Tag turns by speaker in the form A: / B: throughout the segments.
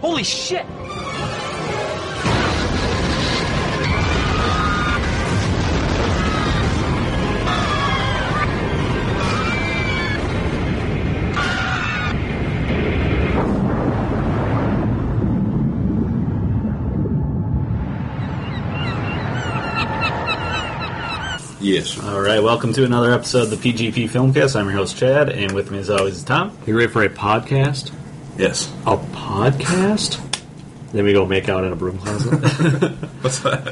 A: Holy shit!
B: Yes.
C: All right, welcome to another episode of the PGP Filmcast. I'm your host Chad, and with me as always is Tom. You ready for a podcast?
B: Yes.
C: A podcast? Then we go make out in a broom closet.
B: What's that?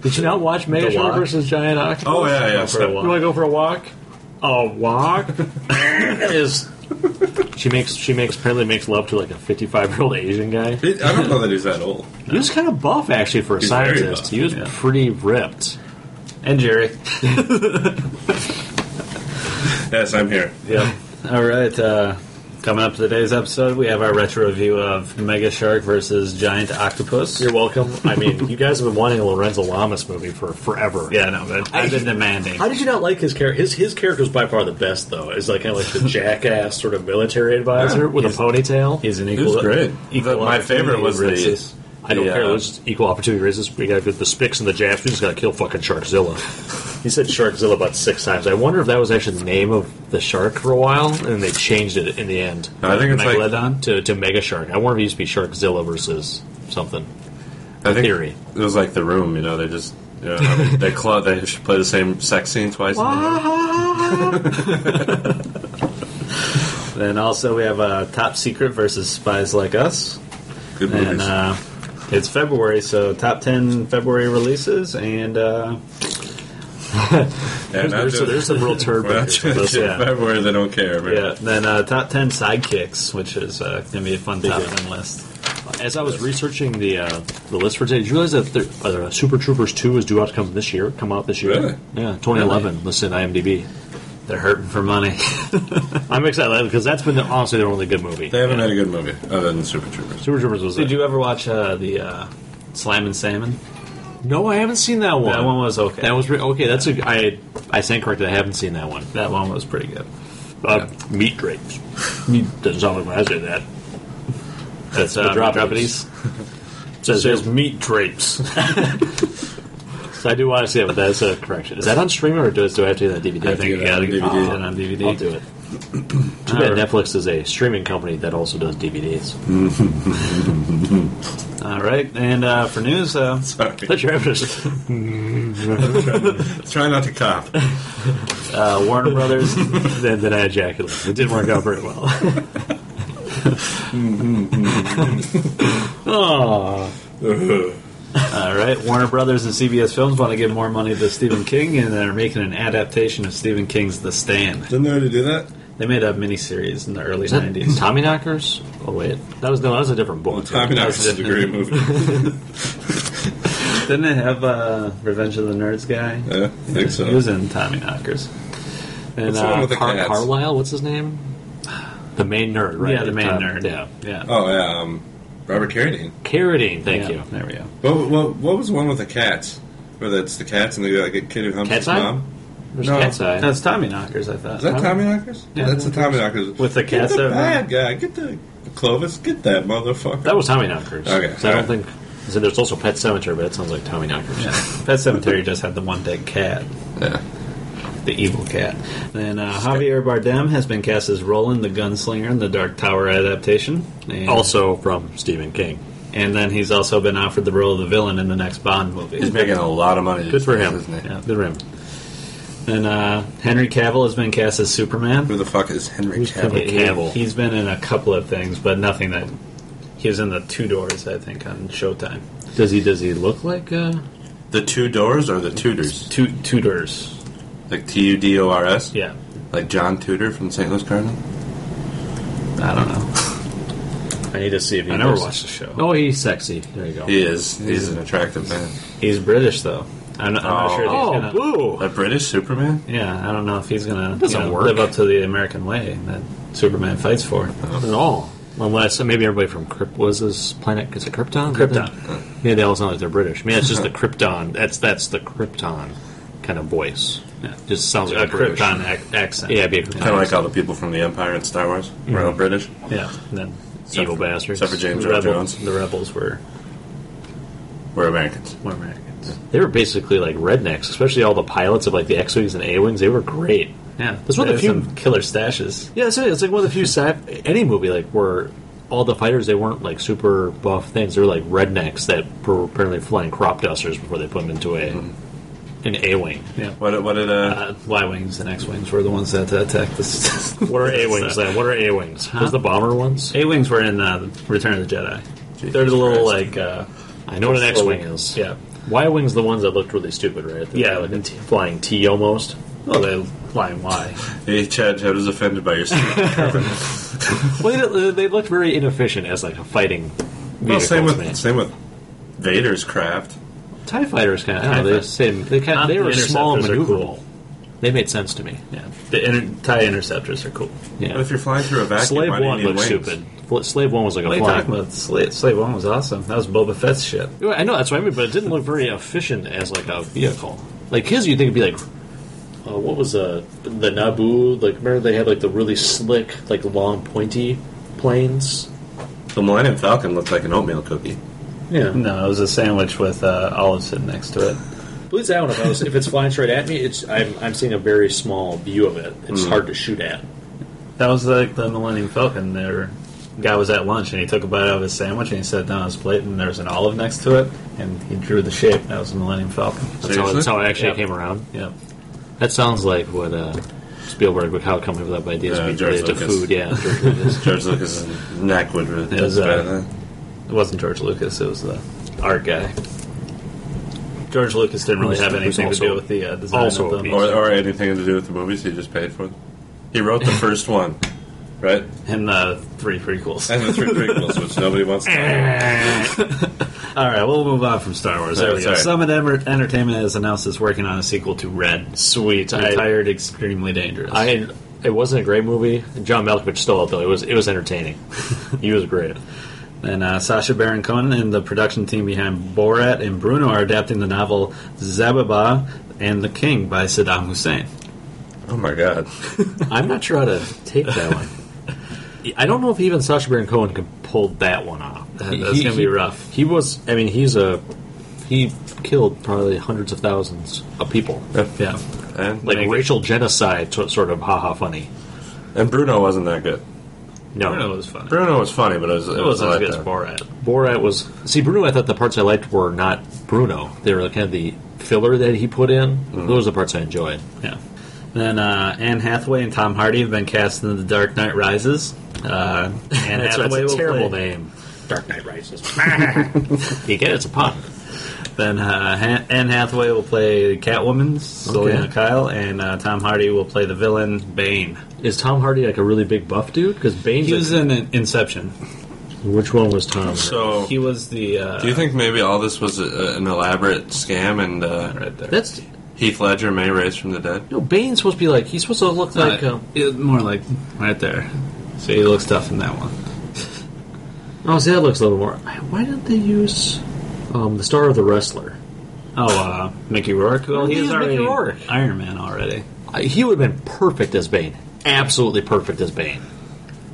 C: Did you not watch Megatron
B: walk?
C: versus Giant Octopus?
B: Oh, yeah, yeah.
C: Go for a walk. You want to go for a walk? A walk is. She makes she makes apparently makes love to like a 55 year old Asian guy.
B: It- I don't know that he's that old.
C: He was kind of buff actually for a
B: He's very
C: scientist.
B: buff,
C: He was
B: yeah.
C: pretty ripped. And Jerry.
B: Yes, I'm here.
C: Yep. All right. Uh, coming up to today's episode, we have our retro review of Mega Shark versus Giant Octopus.
D: You're welcome. I mean, you guys have been wanting a Lorenzo Lamas movie for forever.
C: yeah, no, but I've been demanding.
D: How did you not like his character? His his character is by far the best, though. Is like kind of like the jackass sort of military advisor
B: Yeah.
D: with a ponytail.
C: He's an
B: He was
C: equal.
B: great.
C: equal
B: The- my favorite was the.
D: opportunity racist. I don't
B: the,
D: care.
B: uh,
D: It was just equal opportunity racist. We got the Spicks and the Japs. We just got to kill fucking Sharkzilla. he said Sharkzilla about six times. I wonder if that was actually the name of the shark for a while, and they changed it in the end.
B: I think it's like-
D: Megalodon to to Mega Shark. I wonder if it used to be Sharkzilla versus something.
B: I think
D: theory.
B: It was like the room, you know. They just you know, they clo- they should play the same sex scene twice. in the room.
C: Then also we have uh, Top Secret versus Spies Like Us,
B: Good
C: and
B: movies.
C: uh, it's February, so top ten February releases, and uh,
B: yeah, not
D: There's,
B: doing-
D: there's some real turd
B: we're not
D: pictures with
B: doing
D: this,
B: shit
D: yeah.
B: in February. They don't care. man.
C: yeah, then uh, top ten sidekicks, which is uh, gonna be a fun top
D: Yeah.
C: ten list.
D: As I was researching the uh, the list for today, did you realize that there, uh, Super Troopers Two is due out to come this year? Come out this year?
B: Really?
D: Yeah, 2011. Listed on IMDb.
C: They're hurting for money.
D: I'm excited because that's been the, honestly their only good movie.
B: They haven't had a good movie other than Super Troopers.
D: Super Troopers was.
C: Did
D: it.
C: you ever watch uh, the uh, Slam and Salmon?
D: No, I haven't seen that one.
C: That one was okay.
D: That was re- okay. That's a. I I stand corrected. I haven't seen that one.
C: That one was pretty good.
D: Uh, Meat drapes. Meat doesn't sound like when I say that.
C: That's
D: The
C: uh,
D: Drop
C: Metropolis.
D: It says, meat drapes. so I do want to see it, but that's a correction. Is that on streaming or does do I have to do that DVD?
C: I think you
B: it on
C: gotta get
B: DVD.
C: it on DVD.
D: I'll do it. Too bad Netflix is a streaming company that also does DVDs.
C: All right, and uh, for news, uh,
B: Sorry.
D: That's your evidence.
B: Try not to cop.
C: uh, Warner Brothers.
D: then, then I ejaculated. It didn't work out very well. oh,
C: All right, Warner Brothers and CBS Films want to give more money to Stephen King, and they're making an adaptation of Stephen King's The Stand.
B: Didn't they already do that?
C: They made a miniseries in the early
D: is that
C: '90s.
D: Tommy Knockers? Oh wait, that was no, that was a different book.
B: Tommy Knox is a great movie.
C: Didn't they have uh, Revenge of the Nerds guy?
B: Yeah, I think so.
C: He was in Tommy Knockers. And
B: What's the one
C: uh,
B: with the
D: Car-
B: cats?
D: Carlisle, what's his name? The main nerd, right?
C: yeah, the main
D: Tom-
C: nerd.
D: Yeah,
C: yeah.
B: Oh yeah, um, Robert Carradine.
D: Carradine. Thank
C: Yeah,
D: you.
C: There we go.
B: What, what, what was the one with the cats? Where that's the cats and the like, kid who humps
D: Cat's
B: his
D: Eye?
B: mom.
D: There's
B: No.
D: Cat's Eye.
C: That's Tommy Knockers, I thought.
B: Is that Tommy Knockers?
C: Yeah,
B: that's the Tommy
C: Tommy
B: Knockers
C: With the
B: Get
C: cats
B: the
C: out, right?
B: bad guy. Get the Clovis. Get that motherfucker.
D: That was Tommy Knockers.
B: Okay,
D: So I don't
B: all
D: think. So there's also Pet Cemetery, but that sounds like Tommy Knockers.
C: Yeah. Pet Cemetery just had the one dead cat,
B: yeah.
C: the evil cat. Then uh, Javier Bardem has been cast as Roland the Gunslinger in the Dark Tower adaptation. And,
D: Also from Stephen King.
C: and then he's also been offered the role of the villain in the next Bond movie.
B: He's making a lot of money.
D: Good for him.
B: Isn't he?
C: Yeah.
D: Good for him.
C: And uh, Henry Cavill has been cast as Superman.
B: Who the fuck is Henry Cavill?
D: Henry Cavill? Cavill.
C: He, has been in a couple of things, but nothing that he was in the Two Doors, I think, on Showtime.
D: Does he? Does he look like? Uh,
B: The Two Doors or the Tudors?
C: Two Tudors,
B: Like T U D O R S.
C: yeah.
B: Like John Tudor from St. Louis Cardinal.
C: I don't know.
D: I need to see if he.
C: I never
D: looks-
C: watched the show.
D: Oh, he's sexy. There you go.
B: He is. He's an attractive man.
C: He's British though. I'm not, I'm not
B: Oh.
C: sure. That he's
D: Oh,
C: gonna,
D: boo!
B: A British Superman.
C: Yeah, I don't know if he's gonna you
D: Doesn't
C: know,
D: work.
C: live up to the American way that Superman fights for.
D: Not at all. Unless uh, maybe everybody from Krypt was this planet. Is it Krypton? Krypton. Yeah, they all sound like they're British. I mean, it's just the Krypton. That's that's the Krypton kind of voice. Yeah, just sounds
C: A
D: like a British.
C: Krypton ac- accent.
D: Yeah, be a Krypton.
B: Kind of like all the people from the Empire and Star Wars. We're
D: Mm-hmm.
B: all British.
C: Yeah, and then
B: Except
C: evil
B: for-
C: bastards.
B: except for James
C: the
B: Earl
C: rebels,
B: Jones.
C: The rebels were,
B: We're Americans.
C: were Americans.
D: They were basically like rednecks, especially all the pilots of like the X wings and A wings. They were great.
C: Yeah,
D: That's one of the
C: they had
D: few-
C: some killer stashes.
D: Yeah, that's it. It's like one of the few sci- any movie like where all the fighters they weren't like super buff things. They were like rednecks that were apparently flying crop dusters before they put them into a an A wing.
C: Yeah,
B: What, did- what did, uh,
C: uh, Y wings and X wings were the ones that attacked this.
D: What are A wings then? What are A wings? Those the bomber ones?
C: A wings were in uh, Return of the Jedi.
B: Jesus
C: They're the little
B: Christ.
C: like uh,
D: I know what an
C: slow-
D: X wing is.
C: Yeah.
D: Y wing's the ones that looked really stupid, right? They're
C: Yeah.
D: like a t- flying T almost.
C: Well, they line Y.
B: hey, Chad, Chad was offended by your statement.
D: Well, they, they looked very inefficient as like a fighting.
B: well, same
D: vehicles,
B: with,
D: man.
B: same with Vader's craft.
D: Tie fighters kind of. I
C: TIE
D: don't know, they
C: fighters.
D: same. They kind
C: Not
D: of, they
C: the
D: were small and
C: interceptors are
D: maneuverable.
C: cool.
D: They made sense to me.
C: Yeah, the inter- tie interceptors are cool.
D: Yeah.
B: But if you're flying through a vacuum,
D: Slave
B: why do you
D: One
B: need
D: looked
B: wings?
D: stupid. Fl- Slave One was like a
C: What are you talking
D: flying.
C: about? Slave, Slave One was awesome. That was Boba Fett's shit.
D: Yeah, I know that's what I mean, but it didn't look very efficient as like a vehicle. Like his, you'd think it'd be like, uh, what was uh, the Naboo? Like remember they had like the really slick, like long, pointy planes.
B: The Millennium Falcon looked like an oatmeal cookie.
D: Yeah,
C: No, it was a sandwich with uh, olive sitting next to it.
D: at least that one. If, I was, if it's flying straight at me, it's I'm, I'm seeing a very small view of it. It's hard to shoot at.
C: That was like the Millennium Falcon. There, guy was at lunch and he took a bite out of his sandwich and he set it down on his plate and there was an olive next to it and he drew the shape. That was the Millennium Falcon.
D: That's how, that's how it actually
C: Yep.
D: came around.
C: Yeah.
D: That sounds like what uh, Spielberg would how come up with that idea
B: Uh,
D: uh,
B: George
D: related to
B: Lucas.
D: food. Yeah, George Lucas.
B: George Lucas' neck would really
C: It was, uh,
B: better than-
C: It wasn't George Lucas. It was the art guy. George Lucas didn't really
D: Who's-
C: have
D: who's
C: anything to
D: also-
C: do with the uh, design
D: also
C: of the
D: obese.
B: or, or anything to do with the movies. He just paid for them. He wrote the first one, right?
C: and the three prequels.
B: And the three prequels, which nobody wants to talk
C: All right, we'll move on from Star Wars. There we go.
B: Sorry.
C: Summit Emer- Entertainment has announced it's working on a sequel to Red. Sweet,
D: I-
C: retired, extremely dangerous.
D: I it wasn't a great movie. John Malkovich stole it though. It was it was entertaining. he was great.
C: And uh, Sasha Baron Cohen and the production team behind Borat and Bruno are adapting the novel Zababa and the King by Saddam Hussein.
B: Oh my god!
D: I'm not sure how to take that one. I don't know if even Sacha Baron Cohen can pull that one off.
C: That- that's gonna be rough.
D: He was. I mean, he's a he killed probably hundreds of thousands of people.
C: Yeah.
B: And,
D: Like
C: Make it-
D: racial genocide, so- sort of haha funny.
B: and Bruno wasn't that good.
D: No,
C: Bruno was funny.
B: Bruno was funny, but it was it,
C: It
B: was
C: wasn't as
B: like
C: good as
B: that.
C: Borat.
D: Borat was see Bruno. I thought the parts I liked were not Bruno. They were kind of the filler that he put in. Those are the parts I enjoyed.
C: Yeah. Then uh, Anne Hathaway and Tom Hardy have been cast in The Dark Knight Rises. Uh, Anne
D: That's, that's
C: Hathaway
D: a
C: will
D: terrible
C: play-
D: name. Dark Knight Rises. you get it, it's a pun.
C: Then uh, Han- Anne Hathaway will play Catwoman, Selena Kyle, and uh, Tom Hardy will play the villain Bane.
D: Is Tom Hardy like a really big buff dude? Because Bane's.
C: He was
D: like-
C: in Inception.
D: which one was Tom?
B: So,
C: He was the uh,
B: do you think maybe all this was a, an elaborate scam and uh,
C: right there.
D: That's
B: Heath Ledger may raise from the dead?
D: no. Bane's supposed to be like he's supposed to look like.
C: Uh,
D: Um,
C: it- more like right there. So he looks tough in that one.
D: oh, see, that looks a little more. Why didn't they use um, the star of the wrestler?
C: Oh, uh, Mickey Rourke. Well,
D: He
C: he's
D: is Mickey
C: already
D: Rourke.
C: Iron Man already.
D: I, Uh, he would have been perfect as Bane. Absolutely perfect as Bane.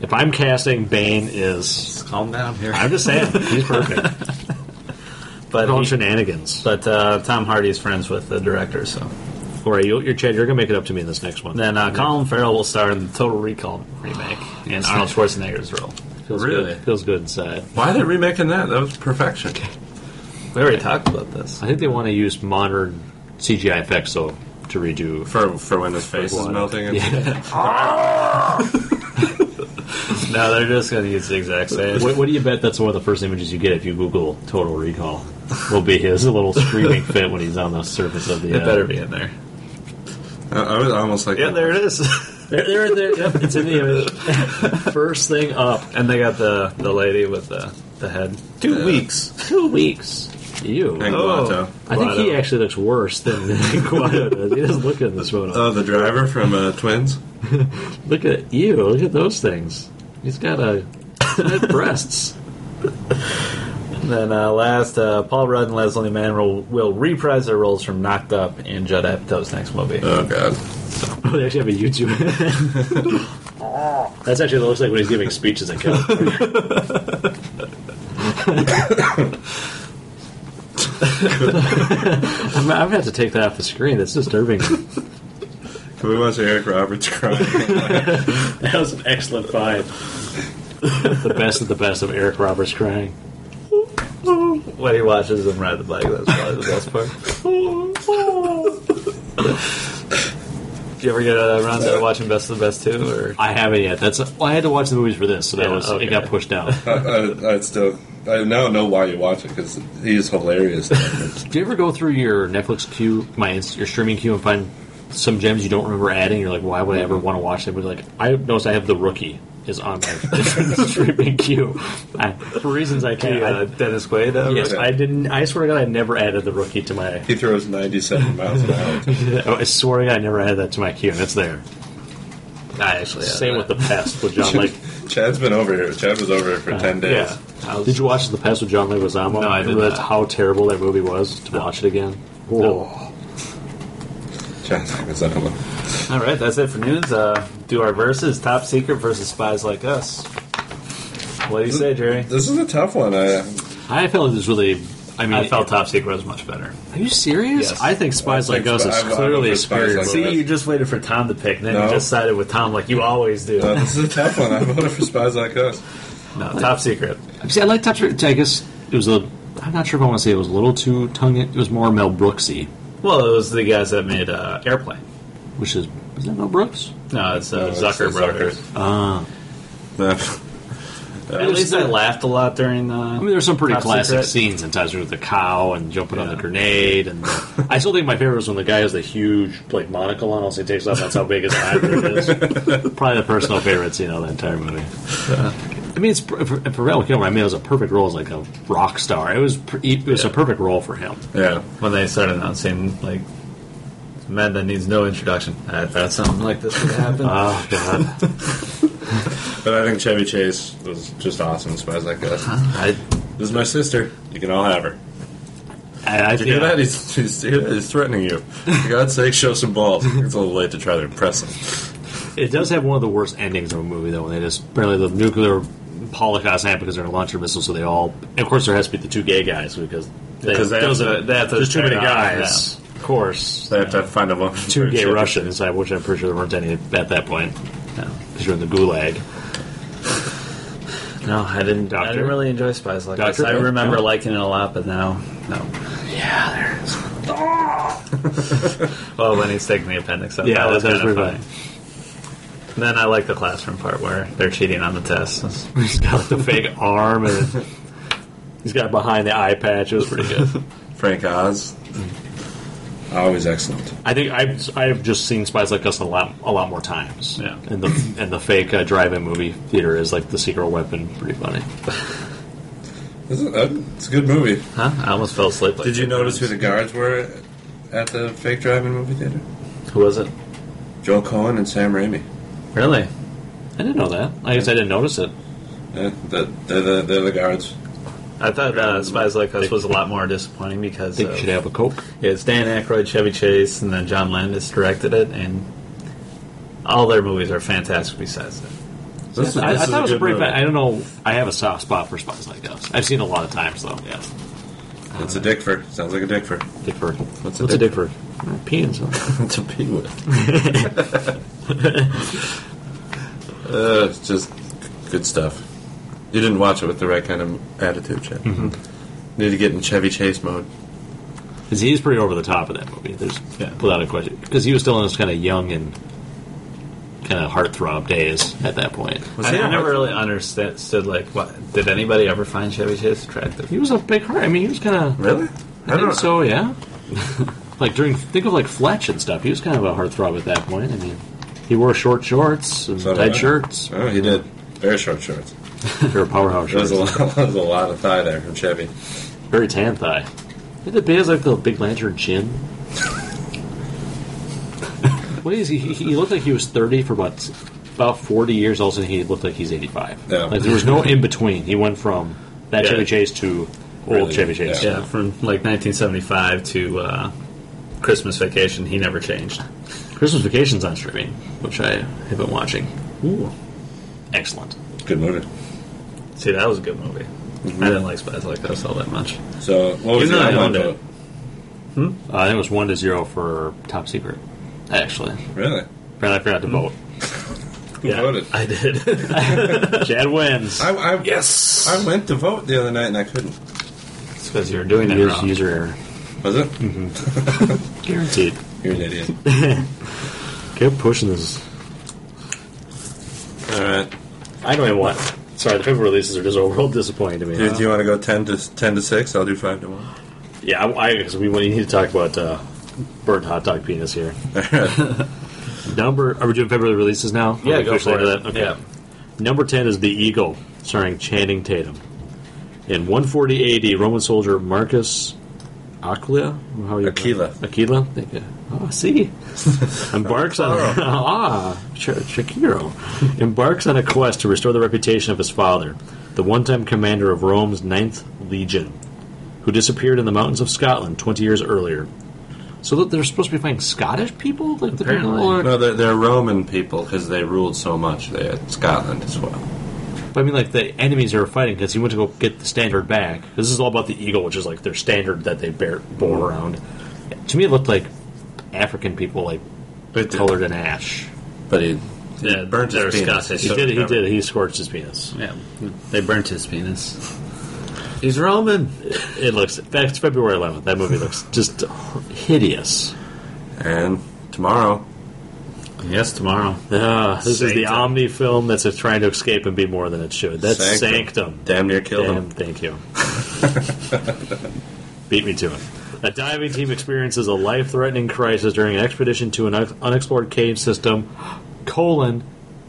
D: If I'm casting, Bane is.
C: Calm down here.
D: I'm just saying, he's perfect.
C: But
D: Call him
C: he-
D: shenanigans.
C: but uh, Tom Hardy is friends with the director, so
D: All right, you, you're Chad. You're gonna make it up to me in this next one.
C: then uh, Colin Farrell will star in the Total Recall remake in Arnold Schwarzenegger's role.
D: feels
B: Really?
D: good. feels good inside.
B: Why are they remaking that? That was perfection.
C: We already talked about this.
D: I think they want to use modern CGI effects though to redo.
B: For for when his face is
D: One.
B: melting. And
D: Yeah.
C: No, they're just going to use the exact same.
D: what, what do you bet? That's one of the first images you get if you Google Total Recall. Will be his little screaming fit when he's on the surface of the.
C: It
D: uh,
C: better be in there.
B: I, I was almost like,
C: Yeah, there it is.
D: There, there, there. Yep, it's in the image. first thing up.
C: and they got the the lady with the the head. Two
B: Yeah.
C: weeks.
D: Two weeks. You.
B: And Guato.
C: Oh.
D: I think he
C: Guado.
D: actually looks worse than Guado does. He doesn't look good in this photo.
B: Oh, the driver from uh, Twins.
D: look at you. Look at those things. He's got a he's got breasts.
C: Then uh, last, uh, Paul Rudd and Leslie Mann will, will reprise their roles from Knocked Up in Judd Apatow's next movie.
B: Oh god.
D: Oh, they actually have a YouTube. That's actually what it looks like when he's giving speeches in California. I'm, I'm gonna have to take that off the screen. That's disturbing.
B: Can we watch Eric Roberts cry?
D: That was an excellent find. the best of the best of Eric Roberts crying.
C: When he watches them ride the bike, that's probably the best part. Did you ever get uh, around to watching Best of the Best too? Or
D: I haven't yet. That's well, I had to watch the movies for this, so that
C: Yeah,
D: was
C: okay.
D: it got pushed out.
B: I, I, I still. I now know why you watch it because he's hilarious.
D: Do you ever go through your Netflix queue, my Inst- your streaming queue, and find some gems you don't remember adding? You're like, why would I ever want to watch that? But like, I noticed I have the rookie is on my streaming queue I, for reasons I can't.
C: uh, Dennis Quaid? Uh,
D: I, yes,
B: okay.
D: I didn't. I swear to God, I never added the rookie to my.
B: he throws 97 miles an hour.
D: Oh, I swear to God, I never added that to my queue, and it's there.
C: I actually had
D: Same
C: that.
D: with the pest with John Lake.
B: Chad's been over here. Chad was over here
D: Uh,
B: for 10 days.
D: Yeah. Did you watch the past with John Leguizamo?
C: No, I did
D: Remember That's
C: not.
D: how terrible that movie was to watch it again. Whoa.
B: Chad's like, "Is that hello?"
C: All right, that's it for news. Uh, do our verses: Top Secret versus Spies Like Us. What do you say, Jerry?
B: This is a tough one. I,
D: I felt it was really. I mean,
C: I felt Top Secret was much better.
D: Are you serious?
C: Yes.
D: I think Spies
B: I
D: Like
B: think
D: Us
B: Spy-
D: is
B: I'm- I'm
D: clearly
B: for
D: a
B: Spies
D: superior.
B: Like
D: movie.
B: Us.
C: See, you just waited for Tom to pick, and then you
B: No.
C: just sided with Tom like you always do.
B: uh, this is a tough one. I voted for Spies Like Us.
C: no, Top Secret.
D: See, I like Touch. I guess it was a. I'm not sure if I want to say it was a little too tongue. It was more Mel Brooksy,
C: Well, it was the guys that made uh, Airplane.
D: which is is that Mel Brooks?
C: No, it's uh,
B: No, Oh, it's
C: Zucker
B: the Ah.
C: Brothers. At
D: It was
C: least I
D: the-
C: laughed a lot during.
D: I
C: Uh,
D: mean, there's some pretty
C: Top
D: classic
C: Secret.
D: scenes in Touch with the cow and jumping on the
C: Yeah.
D: grenade. And the, I still think my favorite was when the guy has the huge like monocle on. Also, he takes off. That's how big his eyebrow is. Probably the personal favorite scene of the entire movie. I mean, it's for, for Val Kilmer. I mean, it was a perfect role as like a rock star. It was pre- it was a perfect role for him.
B: yeah.
C: when they started announcing like men that needs no introduction. I thought something like this would happen.
D: Oh god!
B: But I think Chevy Chase was just awesome in Spies Like Us.
C: I,
B: This is my sister. You can all have her.
D: I, I
B: Did you hear
D: think-
B: that? He's, he's, he's threatening you. For God's sake, show some balls. It's a little late to try to impress him.
D: It does have one of the worst endings of a movie, though, when they just apparently the nuclear holocaust happened because they're gonna launch a missile, so they all. And of course, there has to be the two gay guys because they,
B: Because they have
D: those
B: to-
D: are-
C: they have to
D: there's too many
C: turn it off,
D: guys. Of course,
B: They have to find a woman.
D: two
B: for
D: gay
B: Chevy
D: Russians, I which I'm pretty sure there weren't any at that point because you're in the gulag.
C: no, I didn't. I
D: Doctor?
C: didn't really enjoy Spies Like
D: Doctor?
C: Us. I
D: No.
C: remember liking it a lot, but now no.
D: Yeah, there.
C: Well, when he's taking the appendix out,
D: Yeah,
C: that was
D: that's
C: kind of
D: pretty
C: funny. And then I like the classroom part where they're cheating on the tests.
D: He's got like, the fake arm and. He's got behind the eye patch. It was pretty good.
B: Frank Oz. Always excellent.
D: I think I've I've just seen Spies Like Us a lot a lot more times.
C: Yeah.
D: and the and the fake uh, drive-in movie theater is like the secret weapon. Pretty funny.
B: This is- uh, It's a good movie.
C: Huh? I almost fell asleep. Like
B: Did you
C: three
B: notice who
C: times.
B: the guards were at the fake drive-in movie theater?
C: Who was it?
B: Joel Cohen and Sam Raimi.
C: Really?
D: I didn't know that. I guess I didn't notice it.
B: Yeah, they're, they're, Uh, the- they're the guards.
C: I thought uh, Spies Like Us was a lot more disappointing
D: I
C: because
D: think
C: of-
D: you should have a coke.
C: Yeah, it's Dan Aykroyd, Chevy Chase, and then John Landis directed it, and all their movies are fantastic. Besides that,
B: This,
D: I, I
B: this is
D: thought it was a
B: good
D: pretty.
B: movie.
D: Bad. I don't know. I have a soft spot for Spies Like Us. I've seen a lot of times though. Yeah,
B: It's a Dickford. Sounds like a Dickford.
D: Dickford.
B: What's
D: What's
B: a
D: a Dickford? Penis.
B: it's a pee with. uh, it's just good stuff. You didn't watch it with the right kind of attitude, Chad. Need to get in Chevy Chase mode.
D: Because he's pretty over the top of that movie. There's
C: Yeah.
D: without a question. Because he was still in his kind of young and kind of heartthrob days at that point.
C: I, I never really understood. Like, what did anybody ever find Chevy Chase attractive?
D: He was a big heart. I mean, he was kind of.
B: Really?
D: I, think so. Oh, Yeah. like during, think of like Fletch and stuff. He was kind of a heartthrob at that point. I mean, he wore short shorts and
B: So did
D: tight
B: I.
D: shirts.
B: Oh, he did. Very short shorts.
D: Or powerhouse
B: There was
D: shorts.
B: a lot, there was a lot of thigh there from Chevy.
D: Very tan thigh. Did the beard like the big lantern chin? what is he? He he looked like he was thirty for about about forty years. Also, he looked like he's eighty-five.
B: Yeah.
D: Like there was no in between. He went from that
C: Yeah.
D: Chevy Chase to old Chevy Chase.
C: Yeah, from like 1975 to uh, Christmas Vacation, he never changed. Christmas Vacation's on streaming, which I have been watching.
D: Ooh, excellent.
A: Good movie.
C: See, that was a good movie. I didn't like Spies Like Us all that much.
A: So what was the
C: Even though I
A: other one?
C: owned it.
A: though?
D: Uh, I think it was one to zero for Top Secret. Actually,
A: Really?
D: apparently I forgot to vote.
A: Who voted?
C: I did.
D: Chad wins.
A: I, I,
D: yes.
A: I went to vote the other night and I couldn't.
C: it's because you were doing it
D: Use,
C: wrong.
D: user error,
A: Was it?
D: Mm-hmm. guaranteed.
A: You're an idiot.
D: Keep pushing this.
A: All right.
D: I don't even want. Sorry, the paper releases are just overall disappointing to me.
A: Do, do you want to go ten to ten to six? I'll do five to one.
D: Yeah, I, I guess we we need to talk about uh, burnt hot dog penis here. Number are we doing February releases now? Are
C: Yeah,
D: we
C: go
D: officially
C: for
D: into
C: it.
D: That? Okay.
C: Yeah.
D: Number ten is The Eagle, starring Channing Tatum. In 140 AD, Roman soldier Marcus Aquila, how you
A: Aquila.
D: Aquila, thank you. Ah, see, embarks on
C: Oh.
D: ah Ch- Shakiro embarks on a quest to restore the reputation of his father, the one-time commander of Rome's Ninth Legion, who disappeared in the mountains of Scotland 20 years earlier. So that they're supposed to be fighting Scottish people, like the people
C: Apparently.
D: are
B: No, they're, they're Roman people because they ruled so much. They had Scotland as well.
D: But I mean, like the enemies they were fighting because he went to go get the standard back. This is all about the eagle, which is like their standard that they bear bore around. To me, it looked like African people, like
B: It did.
D: colored in ash.
B: But he,
C: Yeah,
B: burnt
C: they're
B: his penis.
C: Scottish.
D: He
B: So-
D: did. He did. He scorched his penis.
C: Yeah, they burnt his penis.
B: he's Roman.
D: It looks. In fact, it's February 11th. That movie looks just hideous.
B: And tomorrow,
C: Yes, tomorrow.
D: Ah, this is the
C: Sanctum.
D: Omni film that's trying to escape and be more than it should. That's Sanctum.
B: Sanctum. damn near killed
D: Damn,
B: him.
D: thank you. Beat me to it. A diving team experiences a life-threatening crisis during an expedition to an unex- unexplored cave system, colon,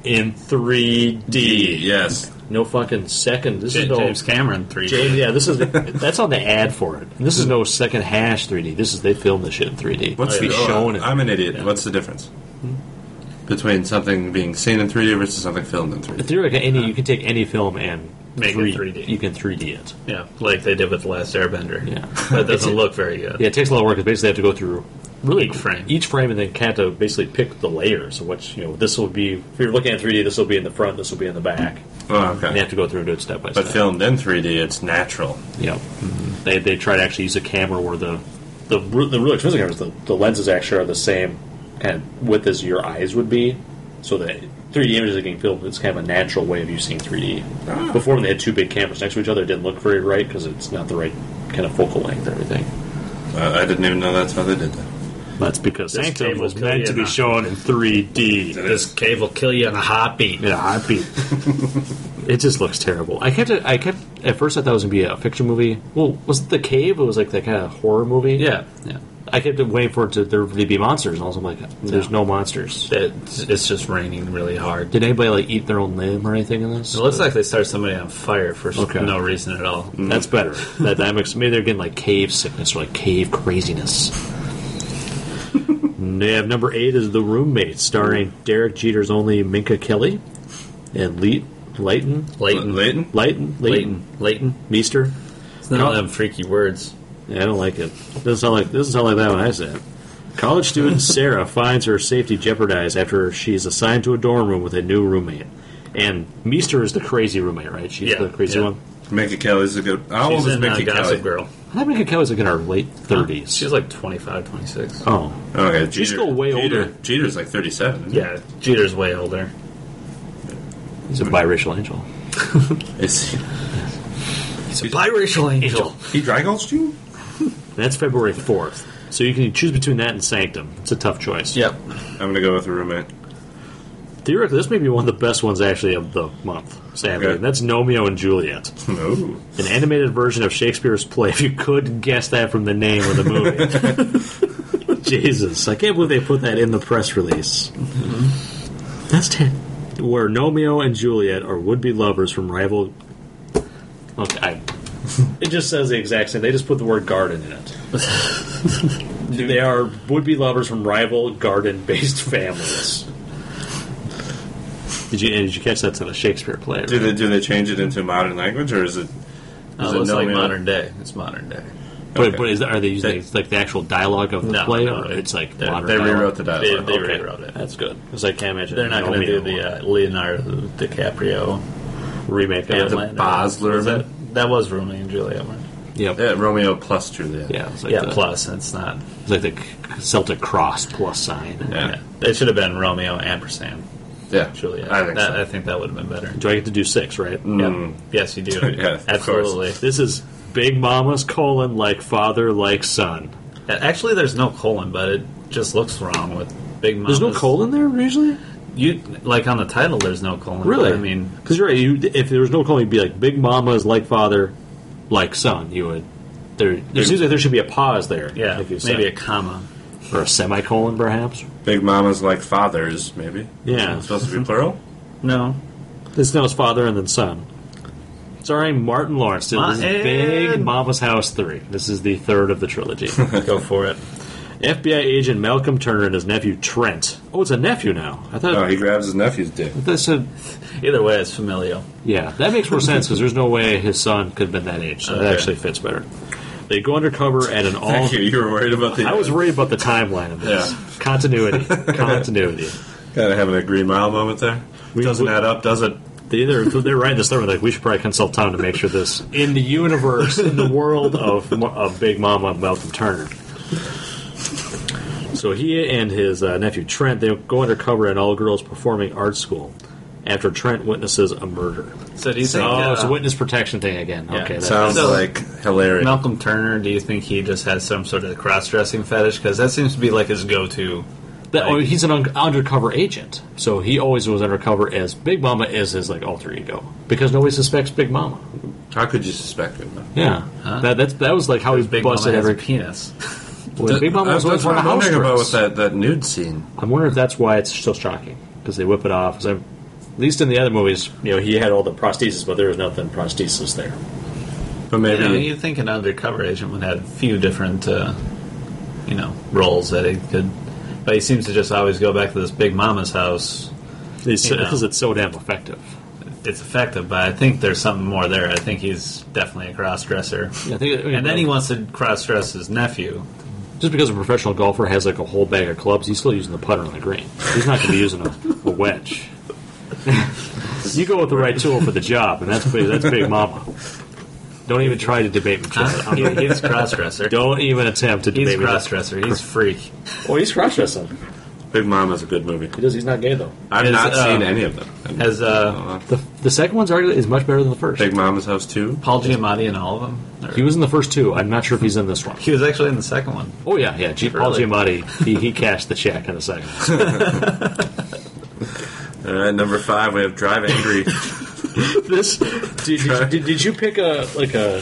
D: in 3D.
B: Yes.
D: No fucking second. This
C: J-
D: is no...
C: James Cameron, three.
D: James- yeah, this is that's on the ad for it. And this is no second hash 3D. This is they filmed this shit in 3D.
B: What's
D: It's
B: the
D: being shown in
B: Oh, I'm an idiot. What's the difference between something being seen in 3D versus something filmed in 3D?
D: Theoretically, any you can take any film and
C: Make it 3D.
D: You can 3D it.
C: Yeah, like they did with The Last Airbender.
D: Yeah.
C: But it doesn't look very good.
D: Yeah, it takes a lot of work because basically they have to go through really
C: Each frame.
D: each frame, and then kind of basically pick the layers. of Which you know, this will be if you're looking at 3D, this will be in the front, this will be in the back.
B: Oh,
D: And they
B: okay.
D: have to go through and do it step by
B: But
D: step.
B: filmed in 3D, it's natural.
D: yeah, they they try to actually use a camera where the the re- the really expensive cameras, the, the lenses actually are the same kind of width as your eyes would be, so that 3D images are getting filmed. It's kind of a natural way of you seeing 3D. Before when they had two big cameras next to each other, it didn't look very right because it's not the right kind of focal length and everything.
B: Uh, I didn't even know that's how they did that.
D: That's because
C: This
D: Sanctum
C: cable
D: was
C: kill
D: meant
C: you
D: to be
C: now.
D: shown in 3D.
C: This cave will kill you in a heartbeat.
D: Yeah, I beat. it just looks terrible. I kept. It, I kept. At first, I thought it was gonna be a fiction movie. Well, was it the cave? It was like that kind of horror movie.
C: Yeah, yeah.
D: I kept waiting for it to there to be monsters, and also I'm like, there's no, monsters.
C: It's, it's just raining really hard.
D: Did anybody like eat their own limb or anything in this?
C: It looks like they start somebody on fire for s-
D: Okay.
C: no reason at all.
D: That's better. that, that makes maybe they're getting like cave sickness or like cave craziness. they have number eight is the roommate, starring Derek Jeter's only Minka Kelly and Lee Leighton
B: Leighton?
C: Leighton.
D: Leighton
C: Leighton.
D: Leighton
C: Leighton.
D: Meester.
C: It's not all them freaky words.
D: Yeah, I don't like it. Doesn't sound like doesn't sound like that when I say it. College student Sarah finds her safety jeopardized after she is assigned to a dorm room with a new roommate. And Meester is the crazy roommate, right? She's
C: Yeah,
D: the crazy
C: yeah.
D: one.
B: Mickey Kelly's a good. How
C: She's
B: old is
C: in uh,
B: Mickey
C: Gossip
B: Kelly?
C: Girl.
D: I think Kelly's like in her late thirties.
C: She's like 25, 26.
D: oh,
B: Okay, Jeter,
D: still way
B: Jeter-
D: older.
B: Jeter's like 37. isn't he?
C: Yeah, Jeter's way older.
D: he's a biracial angel.
B: Is he,
C: He's a biracial angel.
B: he Dragos you?
D: That's February fourth. So you can choose between that and Sanctum. It's a tough choice.
C: Yep.
B: I'm gonna go with a roommate.
D: Theoretically, this may be one of the best ones actually of the month. Sadly,
B: Okay.
D: and that's Nomeo and Juliet.
B: Ooh.
D: an animated version of Shakespeare's play. If you could guess that from the name of the movie, Jesus, I can't believe they put that in the press release. That's ten. Where Romeo and Juliet are would-be lovers from rival. Okay, I, it just says the exact same. They just put the word garden in it. they are would-be lovers from rival garden-based families. Did you did you catch that's in a Shakespeare play?
B: Do
D: right?
B: they do they change it into modern language or is it
C: No,
B: Is
C: it
B: it
C: looks
B: no
C: like
B: man?
C: modern day. It's modern day.
E: But,
B: Okay.
E: but is, are they using
C: They-
E: like, like the actual dialogue of the
C: No,
E: play,
C: no,
E: or it's like
C: they-
E: modern
B: They
E: dialogue?
B: rewrote the
C: They,
B: dialogue.
C: they
B: okay.
C: rewrote it.
D: That's good because I can't imagine
C: They're not going to do
D: Romeo
C: the uh, Leonardo DiCaprio
D: remake of it.
B: the
C: Hamlet.
B: Bosler
C: Was That, that was Romeo and Juliet. weren't it?
E: Yep.
B: Yeah, Romeo plus Juliet.
E: Yeah. It's like
C: yeah,
E: the,
C: plus it's not.
E: It's like the c- Celtic cross plus sign.
B: Yeah.
C: It should have been Romeo ampersand
B: Yeah.
C: Juliet.
B: I think
C: that,
B: so.
C: I think that would have been better.
D: Do I get to do six? Right.
C: Yeah. Yes, you do.
B: Yeah, of course.
C: Absolutely.
D: This is Big Mama's colon like father like son.
C: Actually, there's no colon, but it just looks wrong with Big Mama.
D: There's no colon there usually.
C: You like on the title? There's no colon. but
D: Really?
C: I mean,
D: because you're right. You, if there was no colon, you'd be like Big Mama is like father, like son. You would. There, there seems like there should be a pause there.
C: yeah,
D: like you said.
C: maybe a comma.
D: or a semicolon, perhaps.
B: Big mamas like fathers, maybe.
D: Yeah.
B: It's supposed to be plural.
C: No,
D: This now is father and then son. Starring Martin Lawrence. This is
C: Martin!
D: Big Mama's House 3. This is the third of the trilogy.
C: go for it.
D: FBI agent Malcolm Turner and his nephew Trent. Oh, it's a nephew now. I thought
B: Oh, he grabs his nephew's dick.
D: that said,
C: Either way, it's familial.
D: yeah, that makes more sense because there's no way his son could have been that age. So that
C: Okay.
D: actually fits better. They go undercover at an all.
B: Thank you. You were worried about the.
D: Oh. I was worried about the timeline of this. Continuity. Continuity.
B: kind of having a green mile moment there. Doesn't
D: we-
B: add up, does it?
D: They either they're right in the start. Like we should probably consult Tom to make sure this in the universe, in the world of, Ma- of Big Mama Malcolm Turner. So he and his uh, nephew Trent they go undercover at an all-girls performing arts school after Trent witnesses a murder.
C: So do you think?
D: Oh,
C: uh,
D: it's a witness protection thing again.
C: Yeah.
D: Okay, that,
B: Sounds
C: So-
B: like hilarious.
C: Malcolm Turner, do you think he just has some sort of cross-dressing fetish? Because that seems to be like his go-to.
D: that- oh, he's an un- undercover agent, so he always was undercover as Big Mama is his like alter ego because nobody suspects Big Mama.
B: How could you suspect him? though?
D: Yeah, that that's, that was like how he
C: Big
D: busted
C: Mama has
D: every.
C: a penis.
D: Well, Big Mama was
B: That's
D: always
B: what
D: one
B: I'm
D: of the uh, house
B: wondering about
D: girls.
B: with that, that nude scene.
D: I'm wondering if that's why it's still shocking because they whip it off. 'Cause I'm- at least in the other movies, you know, he had all the prosthesis, but there was nothing prosthesis there.
B: But
C: You
B: maybe
C: know, you'd think an undercover agent would have a few different, uh, you know, roles that he could. But he seems to just always go back to this Big Mama's house.
D: It's
C: You know.
D: because it's so damn effective.
C: It's effective, but I think there's something more there. I think he's definitely a cross-dresser.
D: Yeah, I think,
C: And then he wants to cross-dress his nephew.
D: just because a professional golfer has like a whole bag of clubs, he's still using the putter on the green. He's not going to be using a, a wedge. you go with the right tool for the job, and that's big, that's Big Mama. Don't even try to debate me, Trevor.
C: Huh? He- he's a cross-dresser.
D: Don't even attempt to
C: He's a
D: debate me.
C: cross-dresser. He's freak.
D: Oh, he's cross-dressing.
B: Big Mom is a good movie.
D: He does. He's not gay though.
B: I've
C: Is,
B: not
C: uh,
B: seen any of them.
C: Has uh,
B: Uh,
D: The, the second one's arguably is much better than the first.
B: Big Mama's House 2.
C: Paul Giamatti in all of them? Or-
D: He was in the first two. I'm not sure if he's in this one.
C: he was actually in the second one.
D: Oh yeah, yeah. G- Paul
C: Really?
D: Giamatti. He, he cashed the check in a second.
B: All right, number five, we have Drive Angry.
D: this did, did, did, did you pick a like a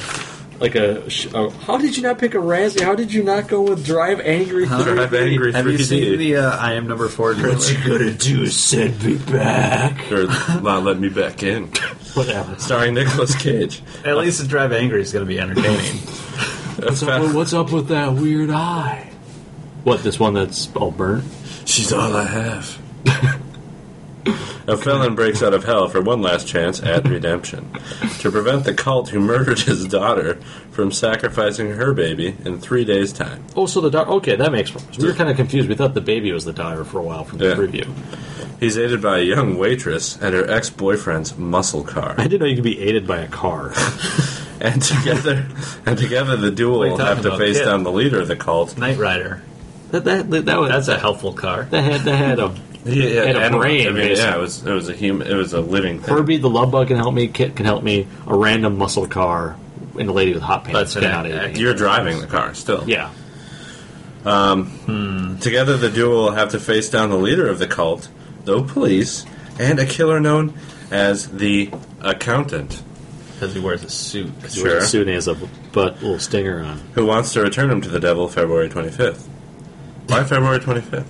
D: like a, sh- a how did you not pick a Razzie? How did you not go with Drive Angry?
B: Drive Angry 3D.
C: Have you seen the uh, I Am Number Four trailer?
D: gonna do is send me back.
B: or not let me back in.
D: Whatever.
B: Starring Nicolas Cage.
C: At least the Drive Angry is going to be entertaining.
D: What's up, with- what's up with that weird eye? What this one that's all burnt?
B: She's all I have. A felon breaks out of hell for one last chance at redemption. To prevent the cult who murdered his daughter from sacrificing her baby in three days' time.
D: Oh, so the daughter. Okay, that makes sense. We were kind of confused. We thought the baby was the daughter for a while from the
B: Yeah.
D: preview.
B: He's aided by a young waitress and her ex boyfriend's muscle
D: I
B: car.
D: didn't know you could be aided by a car.
B: And together and together the duo
C: What are you
B: will have
C: talking
B: to
C: about,
B: face
C: kid?
B: down the leader of the cult.
C: Knight Rider.
D: that, that, that, that was
C: That's a helpful car.
D: They had they had a
B: Yeah,
D: had a
B: animal-
D: brain,
B: I mean,
D: basically.
B: yeah, it was it was a human, it was a living thing.
D: Furby the love bug can help me. Kit can help me. A random muscle car and a lady with hot
C: That's
D: pants can
C: an
D: out
C: act-
D: of
B: You're driving the car still.
D: Yeah,
B: Together, the duo will have to face down the leader of the cult, the police, and a killer known as the accountant,
C: Because he wears a suit.
D: She wears a
B: Sure.
D: suit and has a butt little stinger on.
B: who wants to return him to the devil February 25th. Why February 25th?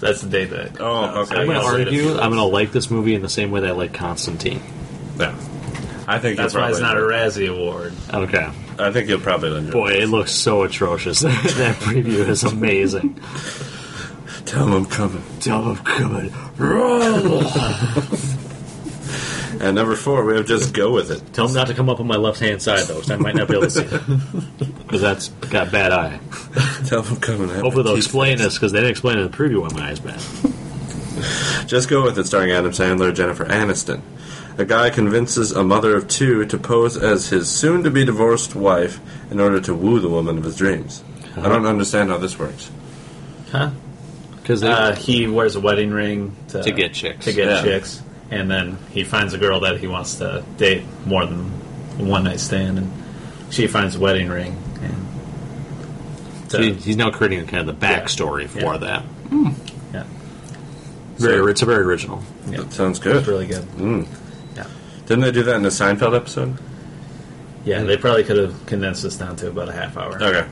C: That's the date that.
B: Oh, okay.
D: I'm going
C: gonna
D: to
C: I'll say it
D: argue.
C: if-
D: I'm going to like this movie in the same way that I like Constantine.
B: Yeah. I think
C: That's
B: you'll
C: why it's not a
B: probably-
C: Razzie Award.
D: Okay,
B: I think you'll probably enjoy.
D: boy, it looks so atrocious. that preview is amazing.
B: it. Tell him I'm coming.
D: Dumb of good.
B: At number four, we have just go with it.
D: Tell him not to come up on my left hand side, though, 'cause I might not be able to see him. Because that's got bad eye.
B: Tell them coming at
D: Hopefully,
B: my
D: they'll
B: teeth.
D: explain this because they didn't explain it in the preview why my eye's bad.
B: Just Go With It, starring Adam Sandler, Jennifer Aniston. A guy convinces a mother of two to pose as his soon to be divorced wife in order to woo the woman of his dreams.
D: Uh-huh.
B: I don't understand how this works.
C: Huh?
E: Because
C: Uh, he wears a wedding ring to,
E: To get chicks.
C: To get
B: Yeah.
C: chicks, and then he finds a girl that he wants to date more than one night stand, and she finds a wedding ring. And
D: uh,
C: to-
E: he's now creating kind of the backstory for
C: Yeah.
E: that.
C: yeah,
E: Very, ori- it's very original.
C: Yeah.
B: That sounds
C: it's
B: good.
C: really good.
B: Mm.
C: Yeah,
B: Didn't they do that in the Seinfeld episode?
C: yeah. They probably could have condensed this down to about a half hour.
B: Okay.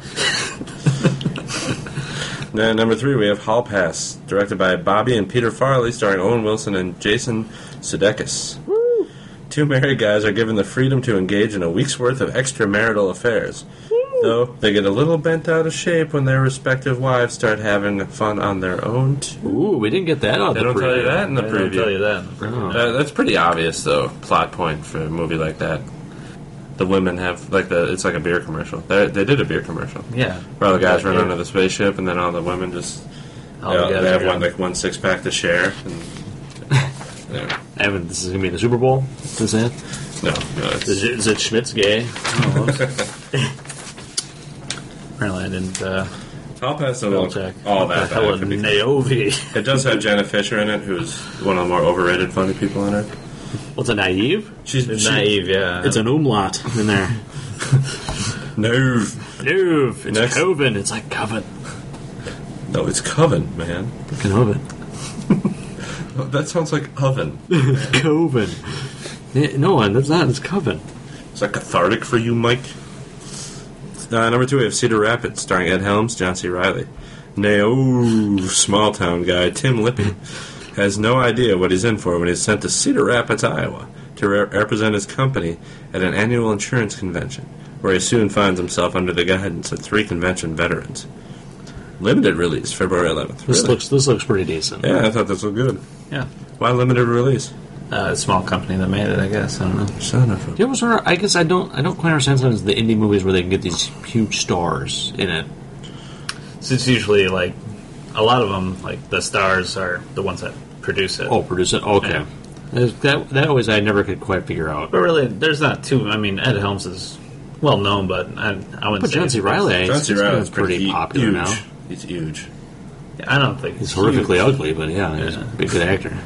B: now, number three, we have Hall Pass, directed by Bobby and Peter Farley, starring Owen Wilson and Jason Sudeikis. Two married guys are given the freedom to engage in a week's worth of extramarital affairs. Though they get a little bent out of shape when their respective wives start having fun on their own. Too.
E: Ooh, we didn't get that on
B: They
E: the
B: don't tell you
E: preview.
B: that in the
C: I didn't tell you
B: preview.
C: that.
B: Uh, that's pretty obvious, though. Plot point for a movie like that. The women have like the it's like a beer commercial. They, they did a beer commercial.
C: Yeah,
B: Where all the guys run
C: Yeah.
B: under the spaceship, and then all the women just
C: All
B: they, all-
C: together,
B: they have
C: yeah.
B: one like one six pack to share. And, Yeah.
E: Evan, this is going to be the Super Bowl. Is that?
B: no, no, it's,
D: Is it, is it Schmidt's gay?
C: Apparently, I didn't. Uh,
B: I'll pass it
C: double
B: along.
C: check.
B: All that.
C: Hell
B: bad.
C: of Naovi.
B: It does have Jenna Fisher in it, who's one of the more overrated funny people in it.
E: What's a naive?
B: She's she,
C: Naive, yeah.
E: It's an umlaut in there.
B: Nerve.
E: Noof. It's
B: Next.
E: Coven. It's like Coven.
B: No, it's Coven, man.
E: Coven.
B: Oh, That sounds like oven.
E: Coven. Eh, No, and that's not. It's Coven.
B: Is that cathartic for you, Mike? Uh, number two, we have Cedar Rapids, starring Ed Helms, John C. Riley. Nao, small town guy Tim Lippy has no idea what he's in for when he's sent to Cedar Rapids, Iowa, to re- represent his company at an annual insurance convention, where he soon finds himself under the guidance of three convention veterans. Limited release, February 11th.
E: This
B: Really?
E: looks. This looks pretty decent.
B: yeah, I thought this was good.
C: yeah,
B: Why limited release?
C: uh, a small company that made it. I guess I don't know.
B: Son of a.
E: Yeah, was sort of, I guess I don't. I don't quite understand sometimes the indie movies where they can get these huge stars in it.
C: So it's usually like a lot of them, like the stars are the ones that produce it.
E: Oh, produce it. Okay.
C: Yeah.
E: There's- That that always I never could quite figure out.
C: But really, there's not too. I mean, Ed Helms is well known, but I, I wouldn't
E: But
C: say
E: John C.
C: he's-
E: Riley,
B: John
E: he's-
B: C.
E: he's
B: Riley's
E: pretty
B: hu-
E: popular
B: huge.
E: now.
B: He's huge.
C: I don't think
E: He's horrifically ugly, but yeah, he's a big good actor.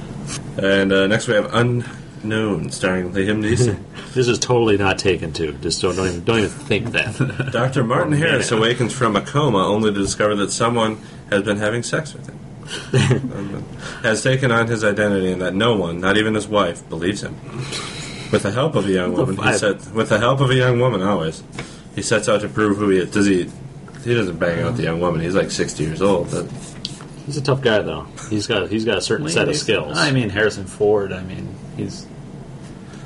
B: And uh, next we have Unknown, starring Liam Neeson.
E: This is totally not taken too. Just don't don't even, don't even think that.
B: Dr. Martin
E: Oh,
B: Harris awakens from a coma only to discover that someone has been having sex with him. Um, has taken on his identity and that no one, not even his wife, believes him. With the help of a young woman, he
E: fuck?
B: set, with the help of a young woman always, he sets out to prove who he is. Does he he doesn't bang out the young woman. He's like 60 years old. But
E: he's a tough guy though. He's got he's got a certain set of skills.
C: I mean, Harrison Ford. I mean, he's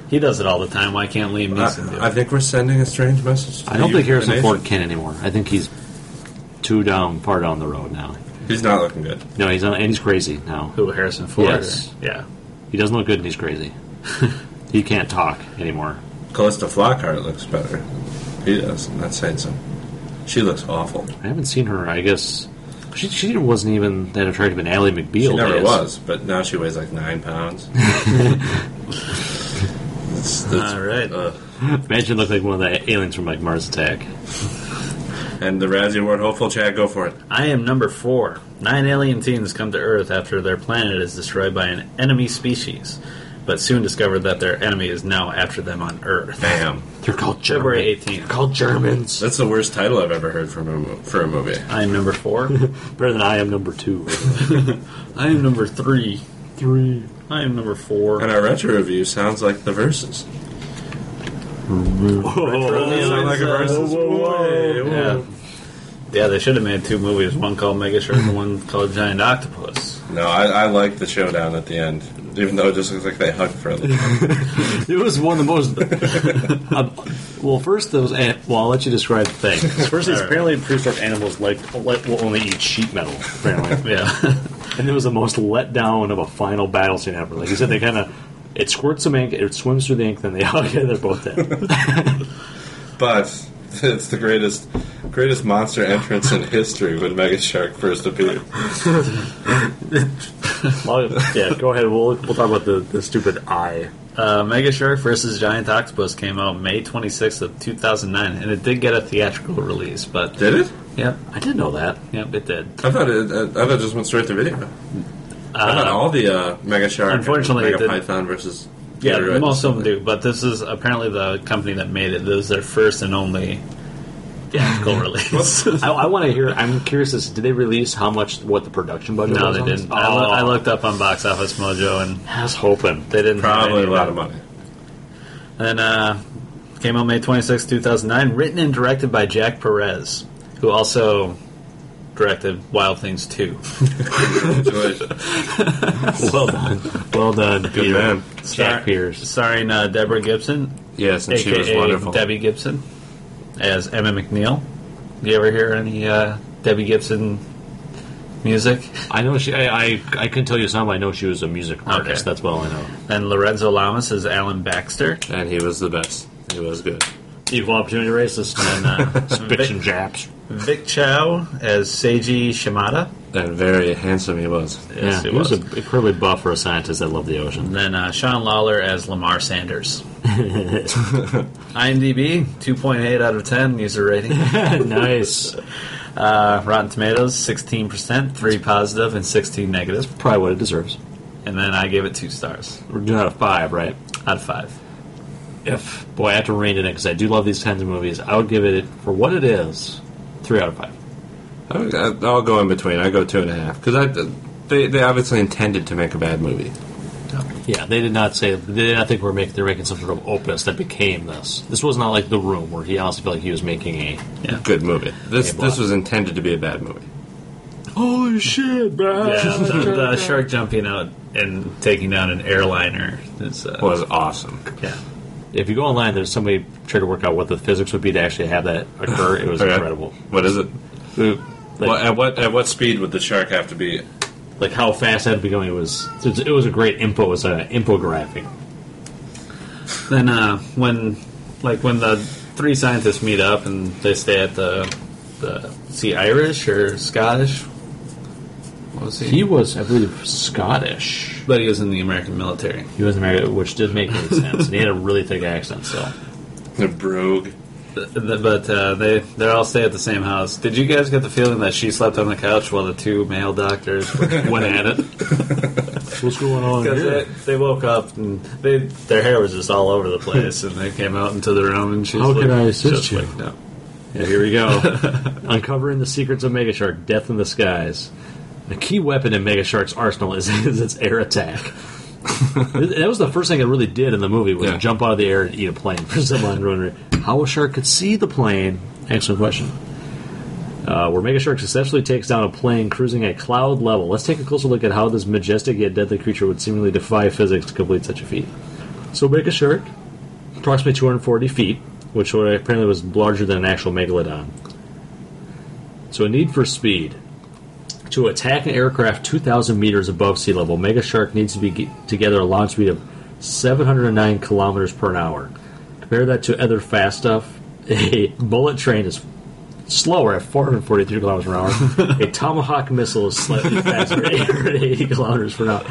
C: he does it all the time. Why can't Liam
E: Uh,
C: Neeson do it?
B: I, I think we're sending a strange message. To
E: I don't
B: you,
E: think Harrison
B: the nation.
E: Ford can anymore. I think he's too down far down the road now.
B: He's not looking good.
E: No, he's not, and he's crazy now.
C: Who Harrison Ford?
E: Yes.
C: Yeah.
E: He doesn't look good, and he's crazy. he can't talk anymore.
B: Callista Flockhart looks better. He does. I'm not saying so. She looks awful.
E: I haven't seen her. I guess she she wasn't even that attractive in Ally McBeal.
B: She never
E: days.
B: was, but now she weighs like nine pounds. That's- that's-
C: All right.
B: uh,
E: Imagine look like one of the aliens from like Mars Attack.
B: and the Razzie Award hopeful, Chad, go for it.
C: I am number four. Nine alien teens come to Earth after their planet is destroyed by an enemy species, but soon discover that their enemy is now after them on Earth.
B: Bam.
E: They're called German.
C: February 18th.
E: Called Germans.
B: That's the worst title I've ever heard from a, mo- for a movie.
C: I am number four.
E: Better than I am number two.
C: I am number three.
E: Three.
C: I am number four.
B: And our retro review sounds like the verses. Doesn't sound Oh, like a verses? Whoa,
C: Yeah.
B: whoa.
C: Yeah, they should have made two movies. One called Mega Shark and one called Giant Octopus.
B: No, I, I like the showdown at the end, even though it just looks like they hugged for a little while.
E: It was one of the most. Um, well, first those. eh, Well, I'll let you describe the thing.
D: First, it's apparently prehistoric animals like, like will only eat sheet metal.
E: Apparently,
C: Yeah.
E: and it was the most let down of a final battle scene ever. Like you said, they kind of
D: It squirts some ink, it swims through the ink, then they all get they're both dead.
A: But it's the greatest greatest monster entrance in history when Mega Shark first appeared.
D: Well, yeah, go ahead. We'll we'll talk about the, the stupid eye.
C: Uh, Mega Shark versus Giant Octopus came out May 26th of 2009, and it did get a theatrical release. But
A: Did it?
C: Yep,
D: I didn't know that.
C: yep, it did.
A: I thought it, I thought it just went straight to video. I thought all the uh, Mega Shark,
C: unfortunately, it
A: Mega
C: didn't.
A: Python versus
C: Yeah,
A: Gatorade
C: most of them
A: something.
C: do. But this is apparently the company that made it. This is their first and only theatrical release.
D: I, I want to hear. I'm curious. As, did they release how much? What the production budget?
C: no,
D: was
C: they
D: on this?
C: didn't.
D: Oh,
C: I, lo- I looked up on Box Office Mojo, and
D: I was hoping.
C: they didn't. have
A: Probably
C: any
A: a lot of money.
C: And uh, came out May 26, 2009, written and directed by Jack Perez, who also directed Wild Things 2.
A: Congratulations.
D: Well done. Well done, Peter.
A: man.
D: Jack Pierce.
C: Starring uh, Deborah Gibson,
B: Yes, and she was
C: a.k.a.
B: wonderful.
C: Debbie Gibson, as Emma McNeil. You ever hear any uh, Debbie Gibson music?
D: I know she. I, I I couldn't tell you his name. I know she was a music artist.
C: Okay.
D: That's what all I know.
C: And Lorenzo Lamas as Alan Baxter.
B: and he was the best. He was good.
D: Equal opportunity racist
C: And uh,
D: Bitch and Japs.
C: Vic Chow as Seiji Shimada.
B: And very handsome he was.
C: Yes,
D: yeah,
C: it
D: he was,
C: was.
D: a incredibly buff for a scientist that loved the ocean.
C: And then uh, Sean Lawler as Lamar Sanders. IMDb 2.8 out of 10 user rating.
D: nice.
C: Uh, Rotten Tomatoes 16%, 3 positive and 16 negative.
D: Probably what it deserves.
C: And then I gave it 2 stars
D: We're doing out of five, right?
C: out of 5.
D: If boy, I have to rein it in because I do love these kinds of movies. I would give it for what it is, three out of five.
B: I, I- I'll go in between. I go two and a half because I they they obviously intended to make a bad movie.
D: Yeah, they did not say they did not think we're making they're making some sort of opus that became this. This was not like the room where he honestly felt like he was making a
B: Good movie. This
D: Yeah, but-
B: this was intended to be a bad movie.
D: holy shit, man.
C: Yeah, the, the shark jumping out and taking down an airliner is. Uh,
B: Was awesome.
C: yeah.
D: If you go online, there's somebody trying to work out what the physics would be to actually have that occur. It was
B: Okay.
D: incredible.
B: What is it?
D: Like,
A: Well, at what at what speed would the shark have to be?
D: like how fast that'd be going. It was it was a great info. It was an infographic.
C: Then uh, when, like when the three scientists meet up and they stay at the, the see Irish or Scottish. What was he?
D: He was, I believe, Scottish.
C: But he was in the American military.
D: He was American, which did make any sense. and he had a really thick accent, so
A: The brogue.
C: Th- th- But uh, they they all stay at the same house. Did you guys get the feeling that she slept on the couch while the two male doctors were- went at it?
D: Oh, what's going on
C: Because they, they woke up and they their hair was just all over the place, and they came out into the room and she.
D: How
C: was
D: can
C: like-
D: I assist
C: just
D: you?
C: like, no.
D: Yeah, here we go. Uncovering the secrets of Megashark, Death in the Skies. A key weapon in Megashark's arsenal is, is its air attack. that was the first thing it really did in the movie was
B: Yeah.
D: jump out of the air and eat a plane for some unknown reason. How a shark could see the plane? Excellent question. Uh, where Megashark successfully takes down a plane cruising at cloud level. Let's take a closer look at how this majestic yet deadly creature would seemingly defy physics to complete such a feat. So Megashark approximately 240 feet, which were- apparently was larger than an actual megalodon. So a need for speed. To attack an aircraft 2,000 meters above sea level, Mega Shark needs to be get together a launch speed of 709 kilometers per hour. Compare that to other fast stuff. A bullet train is slower at 443 kilometers per hour. a Tomahawk missile is slightly faster at 80 kilometers per hour.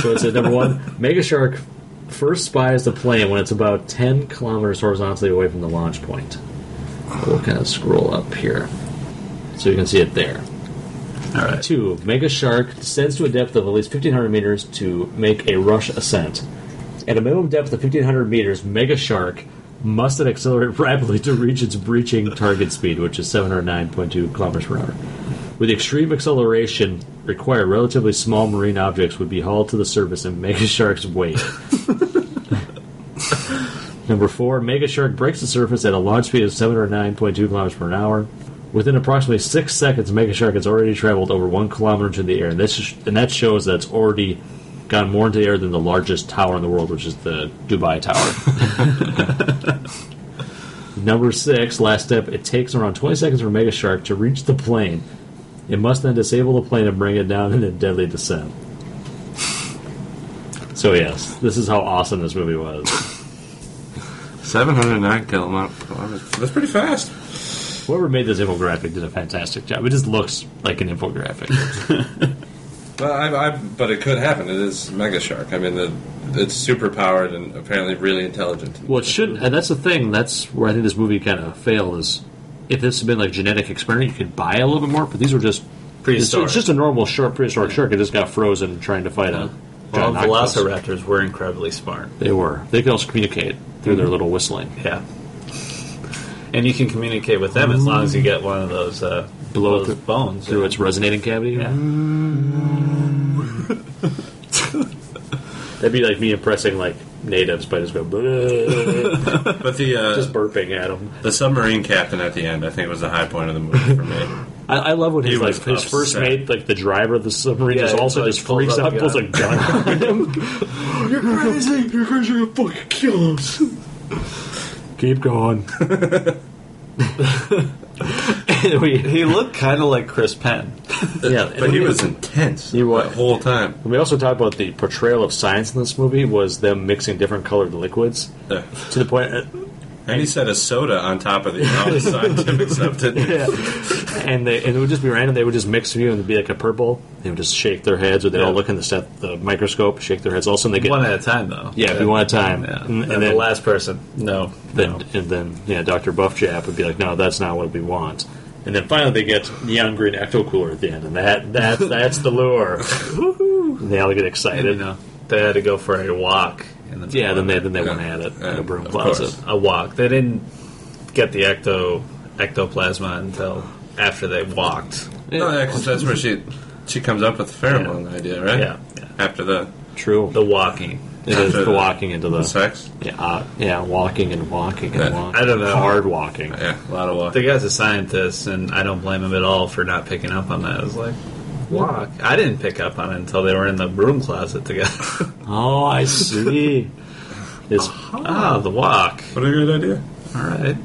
D: So it's at number one. Mega Shark first spies the plane when it's about 10 kilometers horizontally away from the launch point. We'll kind of scroll up here so you can see it there.
C: All right.
D: Two, Mega Shark descends to a depth of at least 1,500 meters to make a rush ascent. At a minimum depth of 1,500 meters, Mega Shark must then accelerate rapidly to reach its breaching target speed, which is 709.2 kilometers per hour. With extreme acceleration required, relatively small marine objects would be hauled to the surface in Mega Shark's weight. Number four, Mega Shark breaks the surface at a launch speed of 709.2 kilometers per hour. Within approximately six seconds, Mega Shark has already traveled over one kilometer into the air, and this and that shows that it's already gone more into the air than the largest tower in the world, which is the Dubai Tower. Number six, last step, it takes around 20 seconds for Mega Shark to reach the plane. It must then disable the plane and bring it down in a deadly descent. So yes, this is how awesome this movie was.
B: 709 kilometers. That's pretty fast.
D: Whoever made this infographic did a fantastic job. It just looks like an infographic.
A: Well, I, I, but it could happen. It is Mega Shark. I mean, the, it's super powered and apparently really intelligent.
D: Well, it should, and that's the thing. That's where I think this movie kind of failed. Is if this had been like genetic experiment, you could buy a little bit more. But these were just it's,
C: Prehistoric.
D: it's just a normal shark, prehistoric shark. It just got frozen trying to fight
B: Uh-huh.
D: a.
C: Well,
D: giant octopus.
C: velociraptors were incredibly smart.
D: They were. They could also communicate through
B: Mm-hmm.
D: their little whistling.
C: Yeah. And you can communicate with them as long as you get one of those uh,
D: Blow
C: those
D: through-
C: bones.
D: through its resonating cavity.
C: Yeah.
D: That'd be like me impressing like natives by just going "Bleh,"
B: But the uh,
D: just burping at them.
B: the submarine captain at the end, I think, was the high point of the movie for me.
D: I, I love when
B: He
D: his like
B: was
D: his first
B: upset.
D: mate, like the driver of the submarine,
C: Yeah,
D: just
C: he's
D: also
C: like,
D: just
C: pulls
D: freaks
C: up
D: out,
C: the
D: and pulls a
C: gun.
D: gun on him. You're crazy! You're crazy! You're fucking kill us. Keep going. And we,
C: He looked kind of like Chris Penn.
D: yeah,
B: But he was intense
D: He was.
B: the whole time.
D: And we also talked about the portrayal of science in this movie was them mixing different colored liquids
B: Yeah.
D: to the point.
B: And he said a soda on top of the all the scientific stuff, didn't he?
D: Yeah. and they and it would just be random. They would just mix you, and it'd be like a purple. They would just shake their heads, or they'd all
C: Yeah.
D: look in the set, the microscope, shake their heads. All of a sudden, they get
C: One at a time, though.
D: yeah, it'd be one at a time,
C: Yeah.
D: and, and
C: And the
D: then
C: last person. No.
D: then and then yeah, Doctor Buff Jap would be like, no, that's not what we want. And then finally, they get neon green ecto cooler at the end, and that that that's the lure. and they all get
C: And, you
D: excited.
C: know, they had to go for a walk. In the
D: Yeah, then they then they
B: Yeah.
D: went at it in
B: Yeah,
D: a broom
B: of
D: closet.
B: course.
C: a walk. They didn't get the ecto ectoplasma until after they walked.
B: No, yeah, 'cause that's where she she comes up with the pheromone idea, right?
D: Yeah.
C: Yeah.
B: After the,
D: True.
C: The walking.
D: It is the walking into
B: the
D: the
B: sex.
D: yeah, uh, yeah, walking and walking
B: Yeah.
D: and walking.
C: I don't know.
D: Hard walking.
B: Yeah, a lot of walking.
C: The guy's a scientist, and I don't blame him at all for not picking up on that. I was like, walk. I didn't pick up on it until they were in the broom closet together.
D: Oh, I see. It's
C: ah, the walk.
B: What a good idea.
C: All right.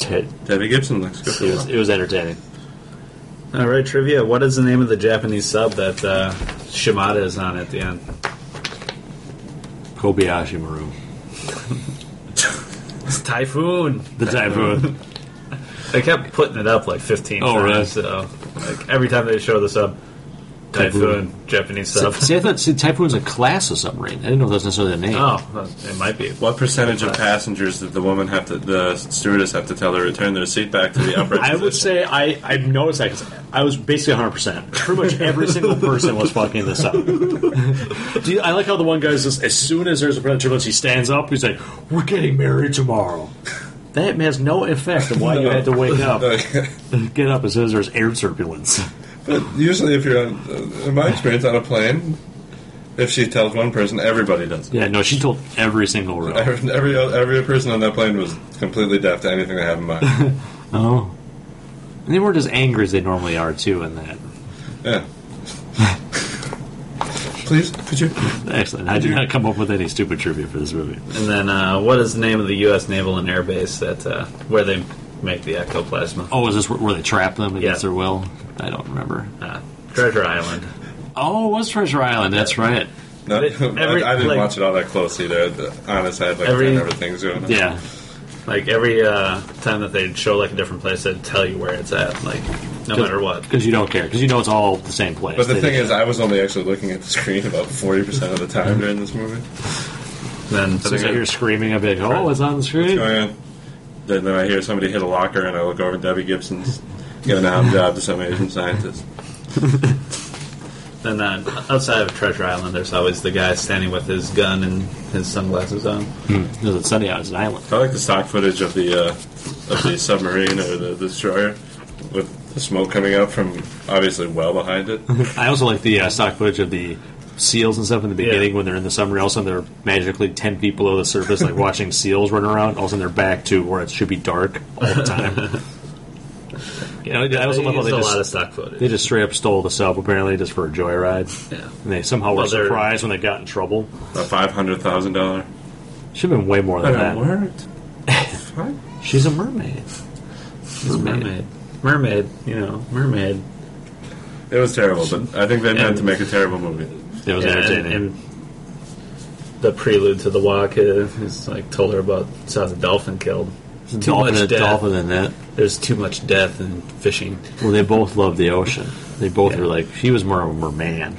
D: it,
B: Debbie Gibson looks good.
D: it was it was entertaining.
C: All right, trivia. What is the name of the Japanese sub that uh, Shimada is on at the end?
D: Kobayashi Maru,
C: It's Typhoon.
D: the typhoon.
C: They kept putting it up like 15
D: Oh,
C: times.
D: right.
C: So, like every time they show the sub, Typhoon, Japanese sub.
D: see, I thought see, typhoon's a class of submarine. I didn't know that was necessarily the name.
C: Oh, it might be.
B: What percentage of passengers did the woman have to, the stewardess have to tell to return their seat back to the upright
D: I would
B: position?
D: say I I noticed that 'cause I was basically 100. percent Pretty much every single person was fucking this up. Do you, I like how the one guy's just as soon as there's a predator, he stands up. He's like, "We're getting married tomorrow." That has no effect on why you had to wake up. Get up as soon as there's air turbulence.
A: but usually, if you're on, in my experience, on a plane, if she tells one person, everybody does. it.
D: Yeah, no, she told every single
B: Oh.
D: row.
A: Every, every every person on that plane was completely deaf to anything they have in mind.
D: Oh. And they weren't as angry as they normally are, too, in that.
A: Yeah. Please, could you?
D: Excellent. I did not come up with any stupid trivia for this movie.
C: And then, uh, what is the name of the U.S. Naval and Air Base that uh, where they make the ectoplasma?
D: Oh, is this where where they trap them against
C: Yeah.
D: their will? I don't remember.
C: Uh, Treasure Island.
D: Oh, it was Treasure Island. That's right.
A: No,
C: But every-
A: I, I didn't
C: like-
A: watch it all that close either. The- Honestly, I had like
C: Every-
A: ten other things going on.
D: Yeah.
C: Like every uh, time that they'd show like a different place, they'd tell you where it's at. Like no matter what.
D: Because you don't care. Because you know it's all the same place.
A: But the
D: They
A: thing
D: just-
A: is, I was only actually looking at the screen about forty percent of the time during this movie.
C: Then
D: as soon as I hear screaming, I'd be like, oh, it's on the
A: Oh,
D: screen.
A: yeah.
B: Then, then I hear somebody hit a locker, and I look over, and Debbie Gibson's giving a hand job to some Asian scientist.
C: then uh, outside of Treasure Island, there's always the guy standing with his gun and his sunglasses on.
D: Because it's sunny out. It's an island.
B: I like the stock footage of the uh, of the submarine or the destroyer with the smoke coming up from obviously well behind it.
D: I also like the uh, stock footage of the seals and stuff in the beginning when they're in the submarine. All of a sudden, they're magically ten feet below the surface, like watching seals run around. All of a sudden, they're back to where it should be dark all the time. Yeah, I also love how
C: They
D: they
C: used a
D: just-
C: lot of stock footage.
D: they just straight up stole the sub apparently just for a joyride,
C: yeah.
D: and they somehow were
C: Well, they're-
D: surprised when they got in trouble.
B: A five hundred thousand dollar.
D: Should have been way more than that.
B: worked.
D: She's a mermaid.
C: She's a mermaid. Mermaid. You know, mermaid.
B: It was terrible, but I think they meant to make a terrible movie.
D: It was
C: Yeah, and,
D: entertaining.
C: and the prelude to the walk is, is like told her about saw the dolphin killed. There's too
E: dolphin,
C: much
E: and
C: death.
E: dolphin and that.
C: There's too much death in fishing.
E: Well, they both love the ocean. They both
C: Yeah.
E: were like, she was more of a merman.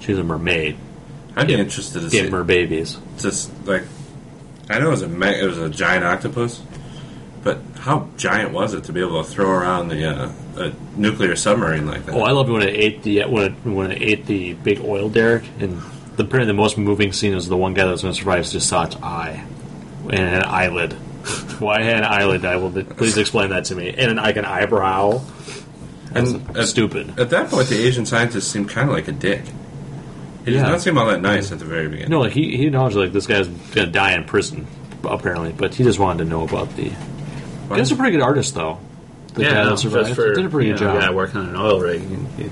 E: She was a mermaid.
B: I'd be interested to see
E: Gave mer babies.
B: just like I know it was a ma- it was a giant octopus, but how giant was it to be able to throw around the uh, a nuclear submarine like that?
E: Oh, I loved when it ate the when it, when it ate the big oil derrick. And the apparently the most moving scene is the one guy that was going to survive just saw its eye and an eyelid. Why had an eyelid? I will please explain that to me. And an, like an eyebrow.
B: and at,
E: Stupid.
B: at that point, the Asian scientist seemed kind of like a dick. He does
E: Yeah.
B: not seem all that nice at the very beginning.
E: No, like he he acknowledged like this guy's going to die in prison apparently, but he just wanted to know about the.
B: Why-
E: That's a pretty good artist though. The guy that
C: no,
E: survived.
C: just for
E: He did a pretty
C: you
E: good
C: know,
E: job.
C: Yeah, working on an oil rig, he, he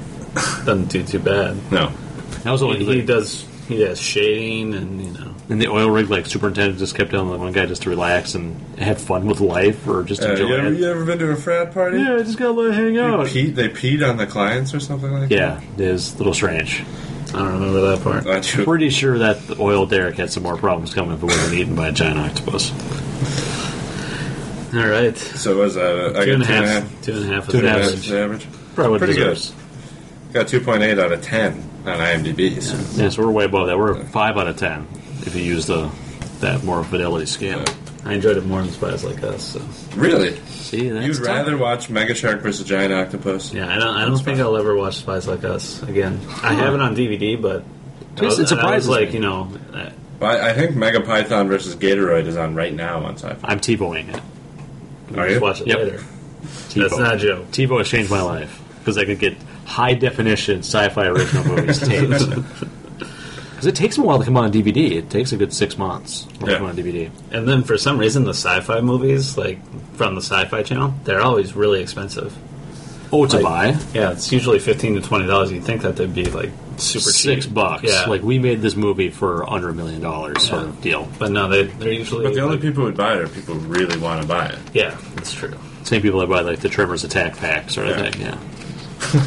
C: doesn't do too bad.
B: no.
E: That was all
C: He, he does. He does shading, and you know,
E: And the oil rig, like superintendent, just kept telling the one guy just to relax and have fun with life or just
A: Uh,
E: enjoy
A: you, ever,
E: it.
A: you ever been to a frat party?
E: Yeah, I just gotta let it hang
A: You
E: out.
A: peed, they peed on the clients or something like
E: Yeah, it is a little strange.
C: I don't remember that part.
A: that? Not you.
E: Pretty sure that the oil derrick had some more problems coming if it wasn't eaten by a giant octopus.
C: All right,
A: So was that? I
C: two and a
A: got
C: half, two and a half
A: Two and a half
C: is
A: is
C: average.
A: the average.
E: Probably
A: Pretty good.
E: deserves.
A: Got 2.8 out of 10 on IMDb. So.
E: Yeah, so we're way above that. We're five out of ten if you use the that more fidelity scale.
B: uh,
C: I enjoyed it more than Spies Like Us. So.
A: Really?
E: See, that's
A: You'd
E: tough.
A: rather watch Mega Shark versus Giant Octopus?
C: Yeah, I don't. I don't think I'll ever watch Spies Like Us again. I have it on DVD, but
E: Just-
C: I
E: it
C: was- I was
E: surprises
C: Like
E: me.
C: you know, uh,
A: I, I think Mega Python versus Gatoroid is on right now on sci fi.
E: I'm T-boying it.
C: we'll
A: Are
C: just
A: you?
C: watch it
E: Yep.
C: later.
E: T-boy.
C: That's not a joke.
E: T-boy has changed my life because I could get high definition sci-fi original movies tapes. Because it takes a while to come out on DVD. It takes a good six months to
A: Yeah.
E: come out on DVD.
C: And then for some reason, the sci-fi movies, like from the Sci-Fi Channel, they're always really expensive.
E: Oh, to
C: Like,
E: buy.
C: Yeah, it's usually fifteen to twenty dollars. You'd think that they'd be like super
E: six
C: cheap.
E: bucks.
C: Yeah,
E: Like we made this movie for under a million dollars, sort of deal.
C: but no, they they're usually.
B: But the only
C: like-
B: people who'd buy it are people who really want to buy it.
C: yeah, that's true.
E: Same people that buy like the Tremors Attack Pack sort of thing. Yeah,
C: You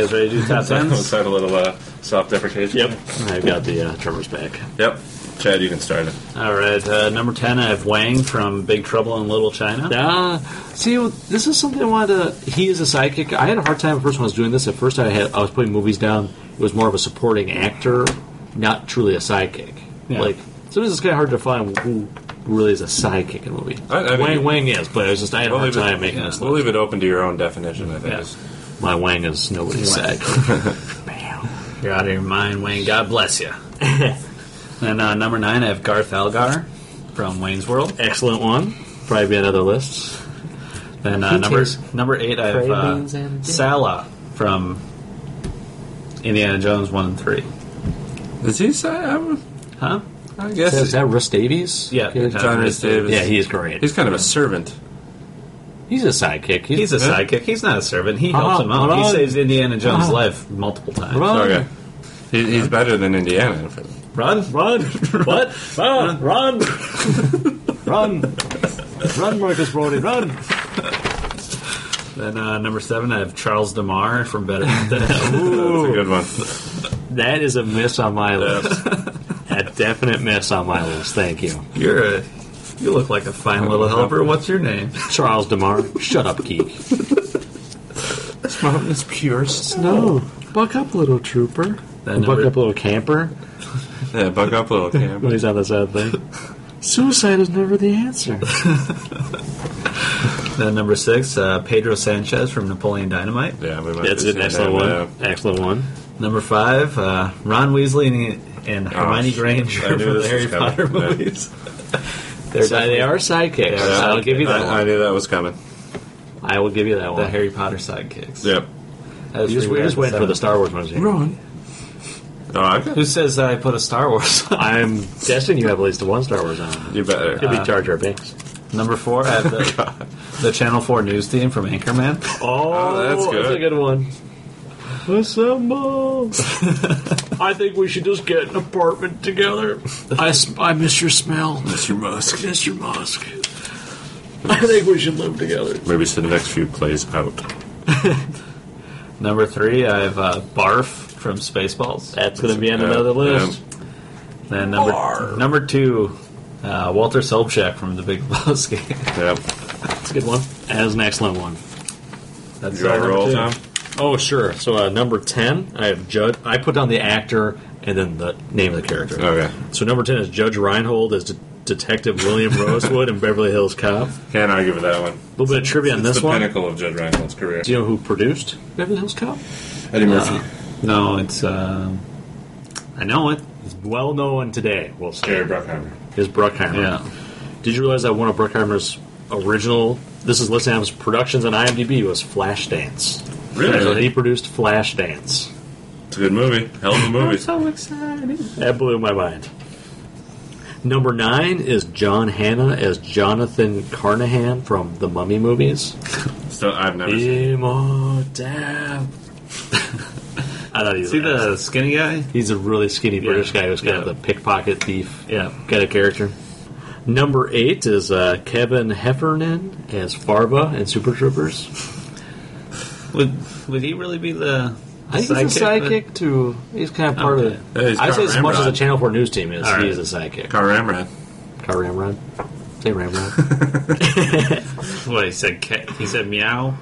C: guys ready to do top
B: So
C: tens?
B: it's had a little uh, self-deprecation.
E: I've got the uh, Tremors back.
B: Yep. Chad, you can start it.
C: All right, uh, number ten, I have Wang from Big Trouble in Little China.
E: Uh, see, this is something I wanted to. He is a sidekick. I had a hard time at first when I was doing this. At first, I had I was putting movies down. It was more of a supporting actor, not truly a sidekick.
C: Yeah.
E: Like sometimes it's kind of hard to find who really is a sidekick in a movie.
B: I- I think-
E: Wang Wang is, but I was just I had a
B: We'll
E: hard
B: leave,
E: time
B: it,
E: making this.
B: we'll
E: List.
B: leave it open to your own definition, I think.
C: Yeah.
E: My Wang is nobody's
C: Wang.
E: sidekick. Bam.
C: You're out of your mind, Wayne. God bless you. and uh, number nine, I have Garth Algar from Wayne's World.
E: Excellent one. Probably be on other lists.
C: Then uh,
E: He
C: number
E: tastes
C: number eight, I have
E: pralines
C: uh,
E: and-
C: Sala from Indiana Jones one and three.
B: Does he say? I, would,
C: Huh?
B: I
E: Is that, is
B: guess
E: that Russ Davies?
C: Yeah,
E: yeah,
B: John Rhys Davies.
E: yeah, he is great.
B: he's kind of a servant.
E: He's a sidekick.
C: He's a
B: Yeah.
C: sidekick. He's not a servant. He helps
E: Uh-huh.
C: him out. He
E: Ron.
C: saves Indiana Jones'
E: Uh-huh.
C: life multiple times.
E: Ron.
B: Oh, Okay. He, he's better than Indiana.
C: Run, run, what? Run, run,
E: Ah, Run! Run, Marcus Brody, run!
C: Then uh, number seven, I have Charles DeMar from Better.
B: That's a good one.
E: That is a miss on my list. a definite miss on my list. Thank you.
C: You're a, you look like a fine little helper. What's your name?
E: Charles DeMar, shut up, geek.
B: Mountain is pure snow.
E: No. Buck up, little trooper. buck
C: That number-
E: up, little camper.
B: Yeah, bug up little
E: When
B: camp.
E: he's on the sad thing. Suicide is never the answer.
C: Then number six, uh, Pedro Sanchez from Napoleon Dynamite.
B: Yeah, we might
E: That's
B: be
E: an
B: seeing
E: excellent
B: that,
E: one. Excellent one.
C: Number five, uh, Ron Weasley and, and Hermione
B: sh- Oh, I
C: Granger
B: knew
C: from the
B: this was
C: Harry
B: coming.
C: Potter
B: Yeah.
C: movies. They're
E: So they
C: definitely
E: are sidekicks.
C: Yeah,
E: so I'll give you that
B: I, I
E: one.
B: knew that was coming.
E: I, will give you that
C: the
E: one.
C: Harry Potter sidekicks.
B: Yep.
C: I was
E: You just, we
C: reread
E: just
C: the
E: went for the
C: seventh.
E: Star Wars ones. here.
B: Oh, I got
C: Who says that I put a Star Wars? on?
E: I'm guessing you have at least one Star Wars on.
B: you better.
E: Could be Jar Jar Binks.
C: Number four, I have
B: Oh,
C: the, the Channel Four news team from Anchorman.
E: Oh,
B: that's good.
E: a good one. Assemble! I think we should just get an apartment together. I, s- I miss your smell.
B: Mr. Musk.
E: Miss your musk. I think we should live together.
B: Maybe so the next few plays out.
C: Number three, I have uh, Barf from Spaceballs.
E: That's going to be on
B: Yeah,
E: another list.
C: Then number number two, uh, Walter Sobchak from The Big Lebowski.
B: Yep.
D: That's a good one.
E: That is an excellent one.
C: That's
B: Drum
C: uh, number
B: roll.
C: two.
B: Tom.
D: Oh, sure. So uh, number ten, I have Judge. I put down the actor and then the name of the character.
B: Okay.
D: So number ten is Judge Reinhold as De- Detective William Rosewood in Beverly Hills Cop. A
B: Can't argue with that one.
D: little bit of trivia on
A: It's
D: this
A: the
D: one.
A: pinnacle of Judge Reinhold's career.
D: Do you know who produced Beverly Hills Cop?
A: Eddie Murphy.
C: No, it's. um I know it.
D: It's well known today. Well,
A: Jerry
D: Gary
A: Bruckheimer.
D: is Bruckheimer.
C: Yeah.
D: Did you realize that one of Bruckheimer's original, this is Liz Ham's productions on IMDb, was Flashdance? So he produced Flashdance.
B: It's a good movie. Hell of a movie.
C: so excited.
D: That blew my mind. Number nine is John Hanna as Jonathan Carnahan from the Mummy movies.
B: Still, I've never seen
D: Imhotep. I thought he was
C: See the skinny guy?
D: He's a really skinny British guy who's kind
C: Yeah.
D: of the pickpocket thief
C: Yeah.
D: kind of character. Number eight is uh, Kevin Heffernan as Farva in Super Troopers.
C: Would Would he really be the?
D: I think he's a sidekick to. He's kind of part
C: Okay.
D: of
B: Yeah,
D: the.
B: he's
D: I say
B: Carl
D: as much as the
B: Ramrod.
D: Channel Four news team is,
C: All
D: he
C: right.
D: is a sidekick.
B: Car Ramrod.
D: Car Ramrod. Say Ramrod.
C: What he said? Cat, he said meow.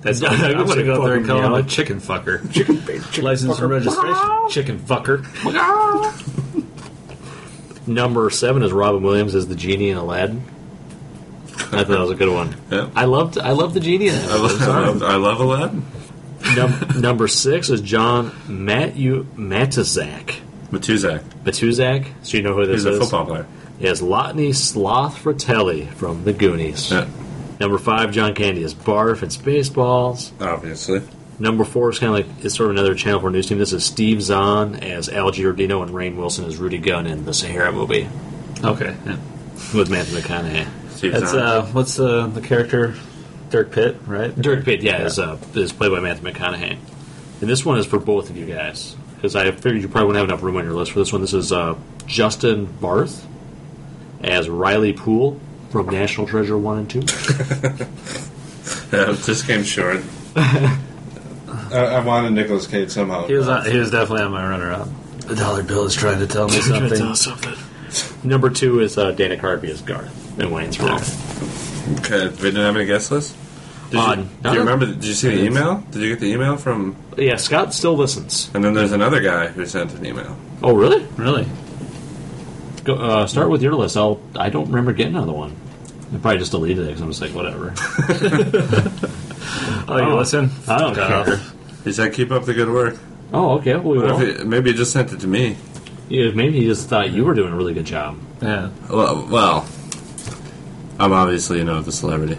C: That's
D: Yeah,
C: I'm,
D: I would
C: gonna
D: say
C: go out there and
D: fucking
C: call him
D: meow.
C: a chicken fucker. License and registration, chicken fucker.
D: Number seven is Robin Williams as the genie in Aladdin. I thought that was a good one.
B: Yeah.
D: I loved. I loved the genie. In
B: I
D: Aladdin.
B: love, I, love, I love Aladdin.
D: Num- number six is John Matthew Matizak.
B: Matuzak.
D: Matuzak. So you know who this
B: He's
D: is?
B: a football player.
D: Is Lotney Sloth Fratelli from The Goonies.
B: Yeah,
D: Number five, John Candy is Barf and Spaceballs.
A: Obviously.
D: Number four is kind of like it's sort of another Channel Four news team. This is Steve Zahn as Al Giardino and Rain Wilson as Rudy Gunn in the Sahara movie
C: Okay, yeah.
D: with Matthew McConaughey.
B: Steve
C: that's
B: Zahn.
C: uh, what's the the character? Dirk Pitt, right?
D: Dirk Pitt, yeah, Is, uh, is played by Matthew McConaughey. And this one is for both of you guys because I figured you probably wouldn't have enough room on your list for this one. This is uh, Justin Barth as Riley Poole from National Treasure One and Two.
B: Yeah, this came short.
A: I, I wanted Nicolas Cage somehow.
C: He was on, he was definitely on my runner up. The dollar bill is trying to tell me something.
D: Number two is uh, Dana Carvey as Garth in Wayne's World.
B: Okay, we didn't have any guest list? Did you,
D: Uh,
B: do
D: no.
B: you remember? Did you see the email? Did you get the email from.
D: Yeah, Scott still listens.
B: And then there's another guy who sent an email.
D: Oh, really?
C: really?
D: Go, uh, start with your list. I'll. I don't remember getting another one. I probably just deleted it because I'm just like whatever.
C: Oh, you listen?
D: I don't
C: Fuck
D: care.
C: off.
B: He said, keep up the good work.
D: Oh, okay. Well, we
B: What
D: won't.
B: if he, maybe he just sent it to me.
D: Yeah, maybe he just thought you were doing a really good job.
C: Yeah.
B: Well, well I'm obviously, you know, the celebrity.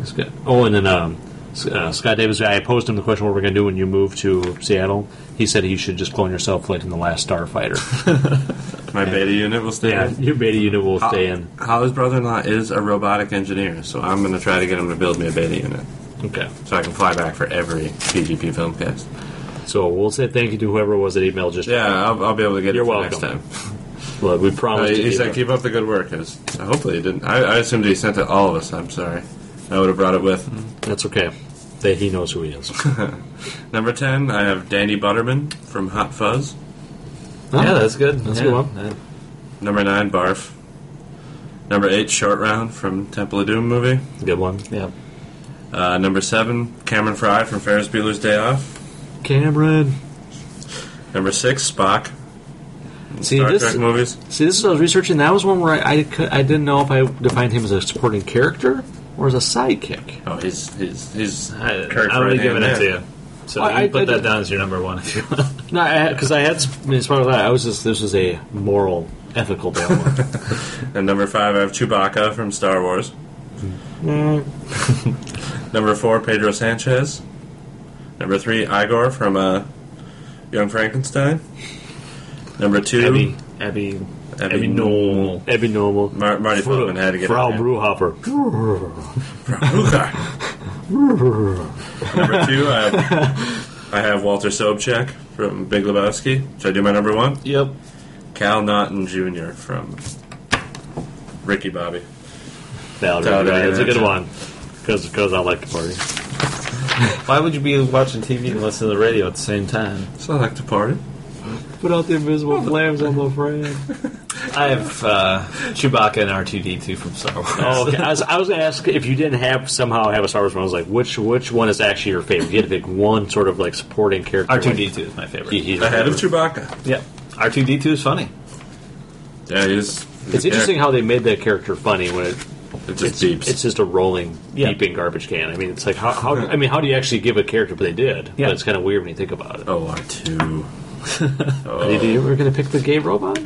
D: It's good. Oh, and then um, S- uh, Scott Davis. I posed him the question: What we're going to do when you move to Seattle? He said you should just clone yourself like in the Last Starfighter.
B: My beta unit will stay
D: yeah,
B: in.
D: your beta unit will
B: Ho-
D: stay in.
B: Holly's brother-in-law is a robotic engineer, so I'm going to try to get him to build me a beta unit
D: Okay.
B: so I can fly back for every PGP film cast.
D: So we'll say thank you to whoever was that emailed. Just
B: Yeah, I'll, I'll be able to get
D: You're
B: it for
D: welcome.
B: next time.
D: well, we
B: Uh,
D: promised. to
B: he
D: keep
B: said,
D: it.
B: "Keep up the good work." It was- hopefully, he didn't. I, I assumed he sent it to all of us. I'm sorry. I would have brought it with.
C: Mm-hmm.
D: That's okay. That he knows who he is.
B: Number ten, I have Danny Butterman from Hot Fuzz.
C: Yeah, that's good.
D: That's a
C: yeah.
D: good one.
B: Number nine, Barf. Number eight, Short Round from Temple of Doom movie.
D: Good one.
C: Yeah.
B: Uh, number seven, Cameron Fry from Ferris Bueller's Day Off.
D: Cameron.
B: Number six, Spock.
D: See
B: Star
D: this.
B: Trek movies.
D: See this is what I was researching. That was one where I I, cou- I didn't know if I defined him as a supporting character or as a sidekick.
B: Oh, he's he's he's
C: I, I'm
B: Kirk's
C: already
B: right-hand
C: giving it
B: man.
C: to you. So
D: Well,
C: you
D: I-
C: put
D: I
C: that
D: did-
C: down as your number one if you want.
D: No, because I, had s- I mean, as part of that, I was just this was a moral, ethical dilemma.
B: And number five, I have Chewbacca from Star Wars.
D: Mm.
B: number four, Pedro Sanchez. Number three, Igor from uh, Young Frankenstein. Number two,
C: Abby, Abby,
B: Abby
C: Abby Noel.
D: Every normal.
B: Mar- Marty
D: Fru-
B: Feldman had to get
D: Frau
B: it.
D: Brewhopper.
B: number two, I have, I have Walter Sobchak from Big Lebowski. Should I do my number one?
D: Yep.
B: Cal Naughton Jr. from Ricky Bobby.
D: That'll
B: That'll
D: be-
B: be
D: That's a
B: it.
D: good one. Because I like to party.
C: Why would you be watching TV and listening to the radio at the same time?
B: So I like to party.
D: Put out the invisible flames on the frame.
C: I have uh, Chewbacca and R two D two from Star Wars.
E: Oh, okay. I was, I was gonna ask if you didn't have somehow have a Star Wars one. I was like, which which one is actually your favorite? You had to pick one sort of like supporting character.
C: R two D two is my favorite.
E: He- he's-
B: Ahead of Chewbacca.
C: Yep. R two D two is funny.
B: Yeah, he's.
E: It's interesting how they made that character funny when it,
B: It
E: it's
B: just beeps.
E: it's just a rolling
C: Yeah.
E: beeping garbage can. I mean, it's like how, how I mean, how do you actually give a character? But they did.
C: Yeah.
E: But it's kind of weird when you think about it.
B: oh, R2.
E: Did you- we're gonna pick the gay robot,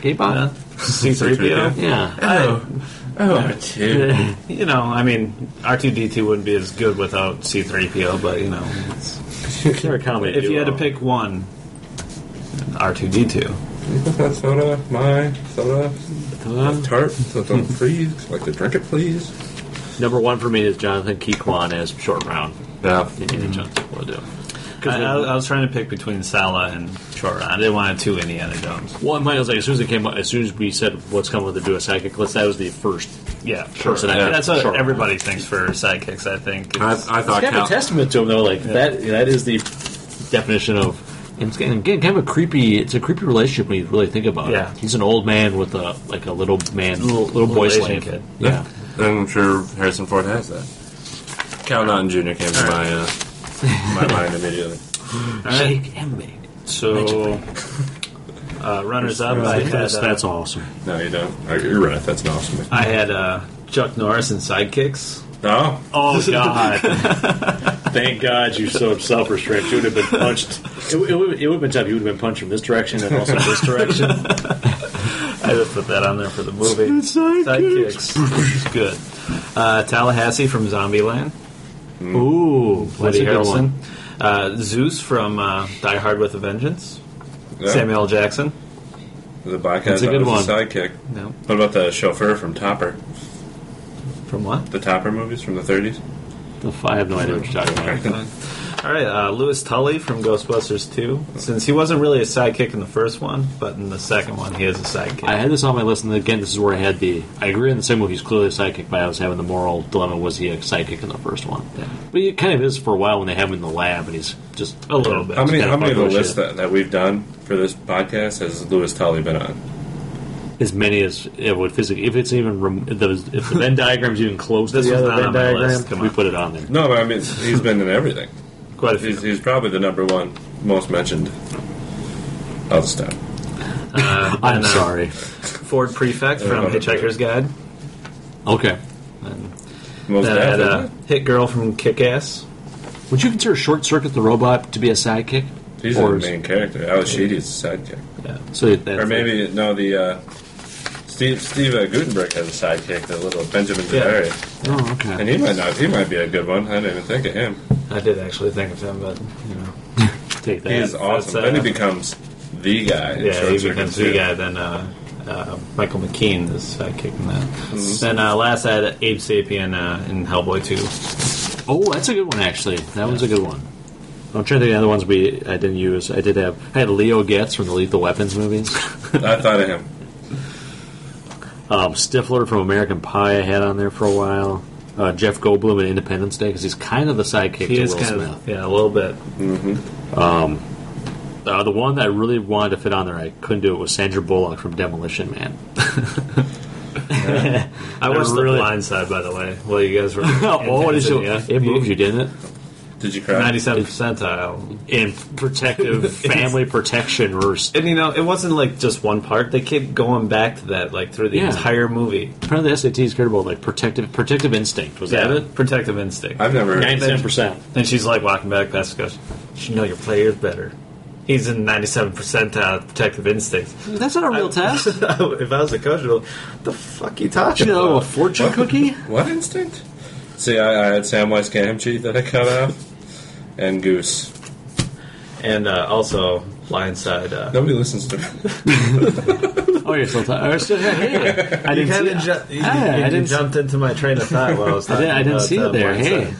E: gay bot.
C: Uh,
B: C3PO.
E: yeah.
B: Oh, oh, R2.
C: you know, I mean, R two D two wouldn't be as good without C three PO, but you know, it's,
E: They're a comedy
C: if you had to
E: duo.
C: pick one, R two D two.
A: soda, my soda,
E: Uh,
A: tart, soda, please. Like to drink it, please.
E: number one for me is Jonathan Keyquan as Short Round.
B: Yeah.
E: in Indiana
C: Mm-hmm.
E: Jones. Will do.
C: I, I,
E: Because
C: I was trying to pick between Sala and Chora. I didn't want to two Indiana Jones.
E: well, mine was like as soon as it came, up, as soon as we said what's coming with the do a psychic list, that was the first
C: Yeah,
E: person. I
B: Yeah.
C: That's what
E: Sure.
C: everybody thinks for sidekicks. I think.
B: I,
C: It's-
B: I
E: It's
B: thought
E: kind of a
B: Cal-
E: testament to him though. Like that, that is the definition of. And it's again, again, kind of a creepy. It's a creepy relationship when you really think about
C: Yeah.
E: it. He's an old man with a like a little man, little, little
C: little
E: boy
C: Asian
E: slave.
C: kid.
E: Yeah.
B: And I'm sure Harrison Ford has that. Cal Naughton Jr. came to my, uh, my mind immediately.
C: All right.
E: and make.
C: So, uh, runners up, I had
E: That's,
C: uh,
E: that's awesome.
B: No, you don't.
A: Oh, You're right. That's an awesome.
C: I had uh, Chuck Norris and sidekicks.
B: No?
E: Oh God! Thank God you so self restrained. You would have been punched. It, would- it, would, it would have been tough. You would have been punched from this direction and also this direction.
C: I just put that on there for the movie. Sidekicks, It's good. Uh, Tallahassee from Zombieland. Ooh,
E: That's a
C: Woody
E: good
C: Harrelson.
E: one.
C: Uh, Zeus from uh, Die Hard with a Vengeance.
A: Yeah.
C: Samuel L. Jackson.
A: The black
E: That's a good
A: was
E: one.
A: A sidekick.
C: No,
B: What about the chauffeur from Topper?
C: from what?
A: The Topper movies from the 30s.
E: I have no idea what you're talking about.
C: All right, uh, Lewis Tully from Ghostbusters 2. Since he wasn't really a sidekick in the first one, but in the second one, he is a sidekick.
E: I had this on my list, and again, this is where I had the. I agree in the same movie. He's clearly a psychic, but I was having the moral dilemma: was he a psychic in the first one? But it kind of is for a while when they have him in the lab, and he's just
C: a little bit.
A: How many?
E: kinda
A: How many of the
E: fun bullshit.
A: lists that, that we've done for this podcast has Lewis Tully been on?
E: as many as it would physically. If it's even rem- if those, if the Venn diagram's even close to
C: This
E: the
C: was
E: other
C: not
E: Venn
C: on my
E: diagram,
C: list. Come
E: we
C: on.
E: put it on there.
A: No, but I mean he's been in everything.
C: Quite a few.
A: He's, he's probably the number one most mentioned. I'll stop.
C: Uh,
E: I'm
C: and, uh,
E: sorry.
C: Ford Prefect from Hitchhiker's Guide.
E: Okay.
A: Most
C: That had
A: definitely.
C: uh, Hit Girl from Kick Ass.
E: Would you consider Short Circuit the robot to be a sidekick?
A: He's
E: or
A: the main character. Alex Sheedy is the sidekick,
C: Yeah.
E: So that's
A: or maybe no, the uh, Steve Steve uh, Gutenberg has a sidekick, the little Benjamin
C: Yeah.
A: Davari,
E: Oh, okay.
A: and he might not. He might be a good one. I didn't even think of him.
C: I did actually think of him, but, you know.
E: Take that.
A: He is awesome.
C: that's, uh,
A: then he becomes the guy. in
C: Yeah,
A: Short
C: he
A: Circuit
C: becomes
A: too.
C: the guy. Then uh, uh, Michael McKean is sidekick in that.
A: Mm-hmm.
C: Then uh, last I had Abe Sapien uh, in Hellboy 2.
E: Oh, that's a good one actually. That one's a good one. I'm trying to think of the other ones we I didn't use. I did have I had Leo Getz from the Lethal Weapons movies.
A: I thought of him.
E: Um, Stifler from American Pie I had on there for a while. Uh, Jeff Goldblum in Independence Day because he's kind of the sidekick
C: He
E: to
C: is
E: Will
C: kind
E: Smith.
C: of, yeah, a little bit.
E: Uh, the one that I really wanted to fit on there, I couldn't do it, was Sandra Bullock from Demolition Man.
C: I watched
E: really-
C: The Blind Side, by the way, while you guys were.
E: oh, it, is so,
C: Yeah.
E: it moved you, didn't it?
A: Did you cry?
C: 97 percentile.
E: In protective family protection, or s-
C: And you know, it wasn't like just one part. They kept going back to that, like through the
E: Yeah.
C: entire movie.
E: apparently the SATs cared about like protective protective instinct. Was that it?
C: Protective instinct.
A: I've never. heard of him.
E: Ninety-seven percent.
C: and she's like walking back past the coach. You should know your players better. He's in 97 percentile protective instincts.
E: That's not a real test.
C: if I was a coach, I'd go, what the fuck you
E: You
C: talking
E: know, a
C: about?
E: fortune cookie.
A: What instinct? See, I, I had Samwise Gamgee that I cut off, and Goose.
C: And uh, also, Blindside. Uh,
A: Nobody listens to me.
E: Oh, you're still talking. I still hey, I didn't see.
C: kinda
E: it.
C: ju- you-
E: Hi,
C: you-
E: I
C: you
E: didn't.
C: jumped into my train of thought while I was
E: I
C: talking.
E: didn't, I didn't
C: about,
E: see
C: uh,
E: it there.
C: Blindside.
E: Hey,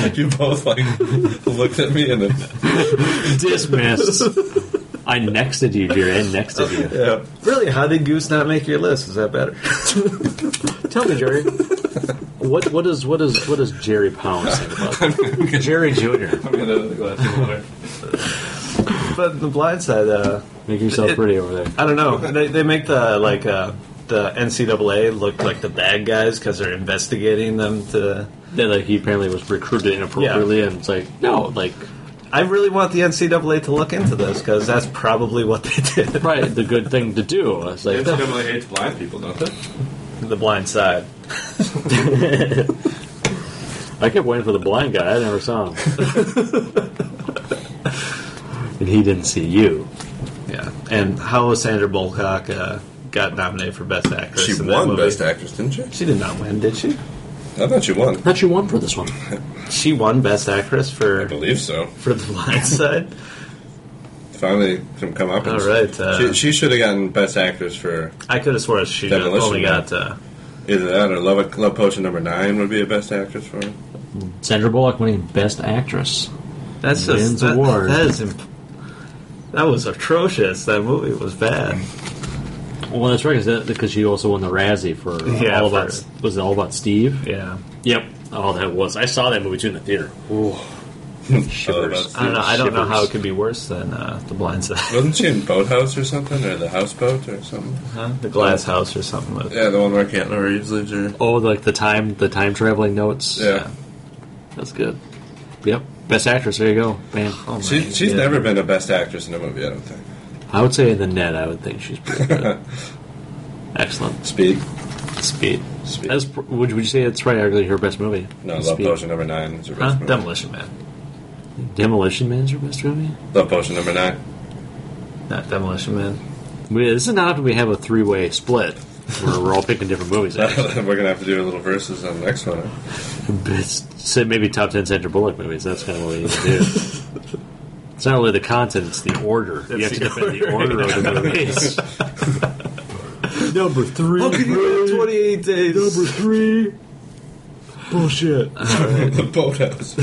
E: hi.
A: You both like looked at me and then
E: Dismissed. I nexted you, dear. I nexted you.
C: Yeah. Really, how did Goose not make your list? Is that better?
E: Tell me, Jerry. What what is what is what does Jerry Pounds think about that? Jerry Junior?
A: I'm gonna glass of water.
C: but the blind side, uh,
D: Make yourself
C: It-
D: pretty over there.
C: I don't know. They, they make the like uh, the NCAA look like the bad guys because they're investigating them. To
D: Then, like, he apparently was recruited inappropriately, and it's like, no, like,
C: I really want the NCAA to look into this because that's probably what they did.
D: probably the good thing to do. It's like,
B: NCAA hates blind people, don't they?
C: the blind side.
D: I kept waiting for the blind guy. I never saw him. and he didn't see you.
C: Yeah, and how Sandra Bullock uh, got nominated for Best Actress.
E: She
C: in that
E: won
C: movie.
E: Best Actress, didn't she?
C: She did not win, did she?
B: I thought you won.
D: Not you won for this one.
C: She won Best Actress
B: I
C: for
B: believe so.
C: for The Blind Side.
B: Finally, some come up.
C: All right, uh,
B: she, she should have gotten Best Actress for
C: I could have sworn she got,
B: Demolition
C: only
B: Man.
C: got. Uh,
B: either that or Love, Love Potion number nine would be a Best Actress for her.
D: Sandra Bullock winning Best Actress.
C: that's
D: Wins
C: just that,
D: award.
C: that is imp- that was atrocious. That movie was bad.
D: Well, that's right, 'cause that- because she also won the Razzie for uh,
C: Yeah,
D: all
C: for-
D: about was it all about Steve?
C: Yeah,
D: Yep, all that was. I saw that movie too in the theater. Shivers.
B: About
C: I don't know. I don't know how
D: Shivers.
C: it could be worse than uh, The Blind Side,
B: Wasn't she in Boathouse or something, or the houseboat or something?
C: huh? The Glass House, or something. With,
B: Yeah, the one where Cantler Reeves leaves her.
D: Oh, like the time the time traveling notes.
B: Yeah,
D: that's good. Yep, Best Actress. There you go. Bam.
C: Oh my
B: she, she's
C: God.
B: never been a Best Actress in a movie. I don't think.
D: I would say in the net, I would think she's pretty good. Excellent.
B: Speed.
D: Speed.
B: Speed.
D: That's, pr- would, would you say that's probably arguably her best movie?
B: no, Love
D: Speed.
B: Potion number nine was her
C: Huh?
B: best movie.
C: Demolition Man,
D: Demolition Man's her best movie?
B: Love Potion number nine.
C: not Demolition Man.
D: We, this is not often we have a three way split where we're all picking different movies.
B: We're gonna have to do a little verses on the next one.
D: It's, so maybe top 10 Sandra Bullock movies. That's kind of what we need to do. It's not really the content, it's the order. you have
C: It's
D: to
C: the
D: defend the order of the movies.
F: Number three.
C: Twenty-eight days.
F: Number three. Bullshit.
B: the Boathouse.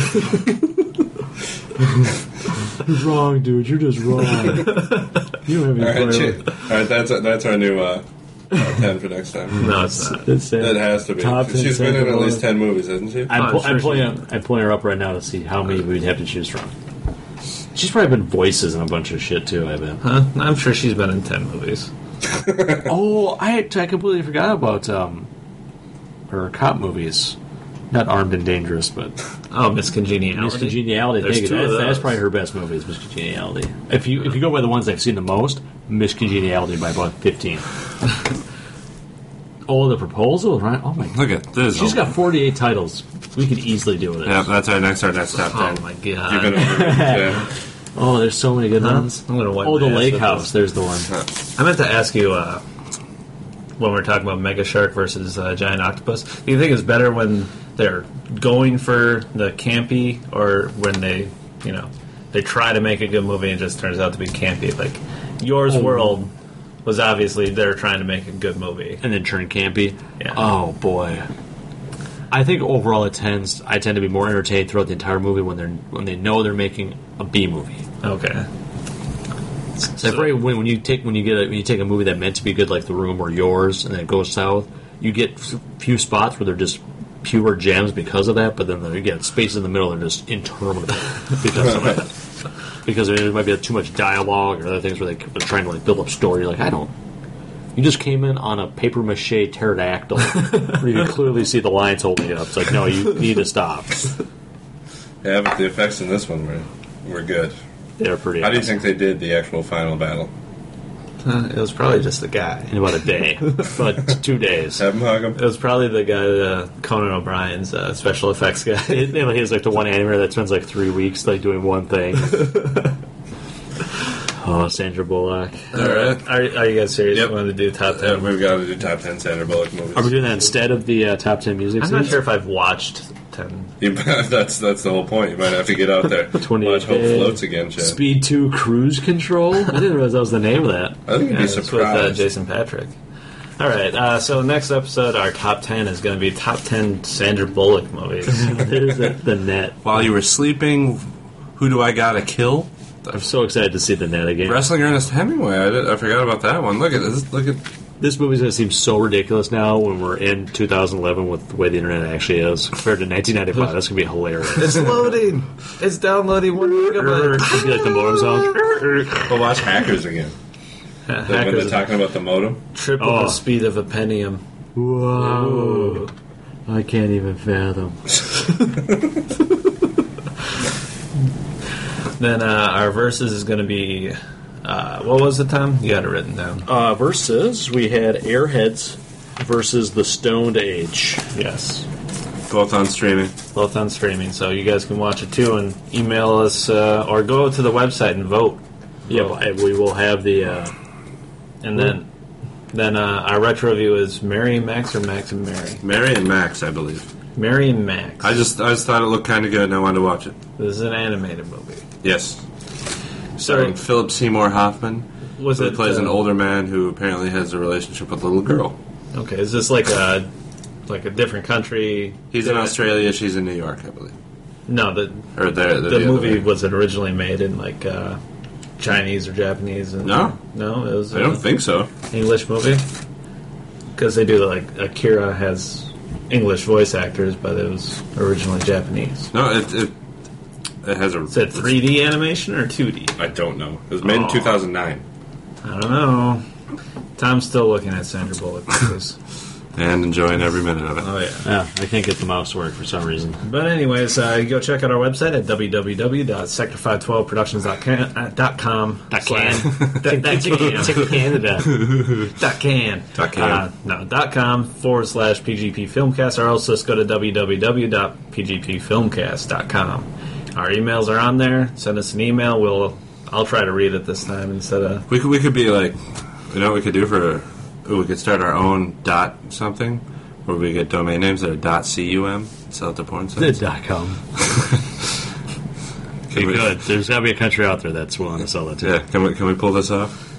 F: You're wrong, dude. You're just wrong. you don't have any
B: All right,
F: priority.
B: shit. all right. That's that's our new uh, top ten for next time.
C: No, it's not.
F: That's sad.
B: That has to be.
F: Top 10
B: She's been in at
F: Sandra
B: least ten movies, hasn't she?
D: I'm,
C: Oh,
D: pull,
C: sure
D: I'm, pulling up, I'm pulling her up right now to see how many we'd have to choose from. She's probably been voices in a bunch of shit too, I bet.
C: Huh? I'm sure she's been in ten movies.
D: Oh, I, I completely forgot about um, her cop movies. Not Armed and Dangerous, but
C: Oh, Miss Congeniality.
D: Miss Congeniality.
C: There's
D: Take it.
C: two of
D: That's, that's
C: those.
D: probably her best movie is Miss Congeniality. If you if you go by the ones I've seen the most, Miss Congeniality by about fifteen. oh, the proposal, right? Oh my!
B: Look at this.
D: She's got forty eight titles. We could easily do with it.
B: that's our next our next top
C: Oh my god.
B: You've been over it, yeah.
D: Oh, there's so many good
C: Huh?
D: ones.
C: I'm gonna wipe
D: Oh, the
C: my ass
D: Lake
C: with
D: House. There's the one.
C: I meant to ask you uh, when we we're talking about Mega Shark versus uh, Giant Octopus. Do you think it's better when they're going for the campy, or when they, you know, they try to make a good movie and it just turns out to be campy? Like Yours
D: Oh.
C: World was obviously they're trying to make a good movie.
D: and then turn campy.
C: Yeah.
D: Oh boy. I think overall it tends I tend to be more entertained throughout the entire movie when they're when they know they're making a B movie.
C: Okay.
D: So, I feel like when, when you take when you get a, when you take a movie that meant to be good like The Room or Yours and then it goes south, you get f- few spots where they're just pure gems because of that, but then you get spaces in the middle that are just interminable because of it. Because there might be too much dialogue or other things where they, they're trying to like build up story. Like I don't you just came in on a paper mache pterodactyl. where you can clearly see the lines holding up. It's like, no, you need to stop.
B: Yeah, but the effects in this one were were good.
D: They're pretty.
B: How do you
D: awesome.
B: think they did the actual final battle?
C: Huh, It was probably just the guy.
D: In about a day, but two days.
B: Have him hug him.
C: It was probably the guy, uh, Conan O'Brien's uh, special effects guy.
D: It, you know, he has like the one animator that spends like three weeks like doing one thing. oh, Sandra Bullock.
B: All right.
C: Are, are you guys serious?
B: Yep.
C: You want to do top ten?
B: Uh, we've got to do top ten Sandra Bullock movies.
D: Are we doing that instead of the uh, top ten music?
C: I'm not
D: series?
C: sure if I've watched ten.
B: You- that's that's the whole point. You might have to get out there.
D: 28
B: Watch Hope
D: days.
B: Floats again, Chad.
D: Speed Two Cruise Control. I didn't realize that was the name of that.
B: I think you'd be
C: Yeah, it's with uh,
B: surprised.
C: Jason Patrick. All right. Uh, so next episode, our top ten is going to be top ten Sandra Bullock movies.
D: There's the, uh, the net.
E: While you were sleeping, who do I gotta kill?
D: I'm so excited to see the net again.
E: Wrestling Ernest Hemingway. I, did, I forgot about that one. Look at this. Look at
D: this movie's going to seem so ridiculous now when we're in 2011 with the way the internet actually is compared to 1995. That's going to be hilarious.
C: It's loading. It's downloading one gigabyte.
D: It'd be like the modem sound.
A: But watch Hackers again. Like when they're
C: Hackers
A: talking about the modem.
C: triple
D: Oh.
C: the speed of a pentium.
D: Whoa! I can't even fathom.
C: Then uh, our verses is going to be. Uh, what was it, Tom? You had it written down.
D: Uh, versus, we had Airheads versus the Stoned Age.
C: Yes.
B: Both on streaming.
C: Both on streaming, so you guys can watch it too and email us uh, or go to the website and vote.
D: Yeah, but we will have the. Uh,
C: And then then uh, our retro review is Mary and Max or Max and Mary?
B: Mary and Max, I believe.
C: Mary and Max.
B: I just I just thought it looked kind of good and I wanted to watch it.
C: this is an animated movie.
B: Yes.
C: Sorry,
B: Um, Philip Seymour Hoffman.
C: was
B: Who
C: it
B: plays an
C: uh,
B: older man who apparently has a relationship with a little girl.
C: Okay, is this like a like a different country?
B: He's in Australia. She's in New York, I believe.
C: No, the
B: Or there,
C: the, movie was it originally made in like uh, Chinese or Japanese? And,
B: No.
C: no, it was
B: I don't
C: an
B: think so.
C: English movie because they do like Akira has English voice actors, but it was originally Japanese.
B: No, it it, it has a.
C: Is it 3D animation or 2D?
B: I don't know. It was made
C: Oh.
B: in 2009
C: I don't know. Tom's still looking at Sandra Bullock. movies.
B: and enjoying every minute of it.
C: oh yeah.
D: yeah, I can't get the mouse to work for some reason.
C: But anyways, uh, you go check out our website at www.sector512productions.com
D: Dot
C: uh, slash- dot- dot can. Dot
D: can. Take Canada.
C: can.
B: Dot can.
C: Uh, no, dot com forward slash PGP Filmcast or else just go to www.pgpfilmcast.com. Our emails are on there. Send us an email. We'll I'll try to read it this time instead of
B: We could we could be like, you know, what we could do for ooh, we could start our own dot something where we get domain names that are dot cum sell it to porn sites.
D: dot com.
B: Can we,
D: Good. There's got to be a country out there that's willing to sell it to.
B: yeah, can we can we pull this off?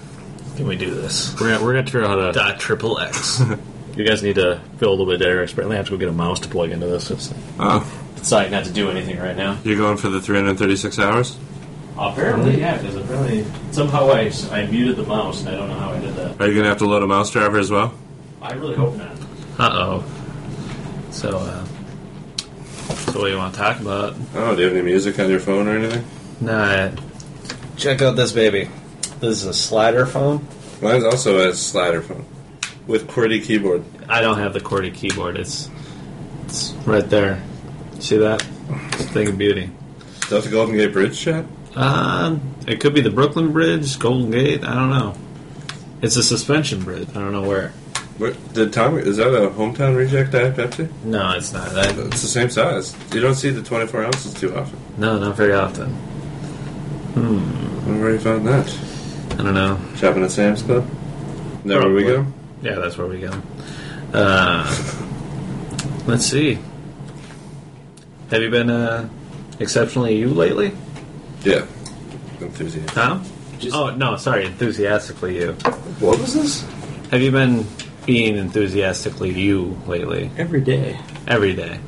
C: can we do this?
D: We're gonna, we're gonna figure out how to.
C: Dot triple X.
D: You guys need to fill a little bit of air. Apparently, I have to go get a mouse to plug into this. It's
B: Oh,
D: deciding not to do anything right now.
B: you're going for the 336 hours?
D: Apparently, yeah, because apparently somehow I, I muted the mouse and I don't know how I did that.
B: Are you gonna have to load a mouse driver as well?
D: I really hope not.
C: Uh oh. So, uh, so what do you want to talk about?
B: Oh, do you have any music on your phone or anything?
C: Nah. Check out this baby. This is a slider phone.
B: Mine's also a slider phone with QWERTY keyboard.
C: I don't have the QWERTY keyboard. It's it's right there. See that? It's a thing of beauty.
B: Delta Golden Gate Bridge chat?
C: Um, it could be the Brooklyn Bridge, Golden Gate. I don't know. It's a suspension bridge. I don't know where.
B: What, did Tom? Is that a hometown reject Diet Pepsi?
C: No, it's not. I,
B: It's the same size. You don't see the 24 ounces too often.
C: no, not very often.
B: I don't know where you found that.
C: I don't know.
B: Shopping at Sam's Club. There
C: Probably.
B: we go.
C: Yeah, that's where we go. Uh, let's see. Have you been uh, exceptionally you lately,
B: Yeah. Enthusiasm.
C: Tom? oh no, sorry, enthusiastically you.
B: What was this?
C: Have you been being enthusiastically you lately?
D: Every day.
C: Every day.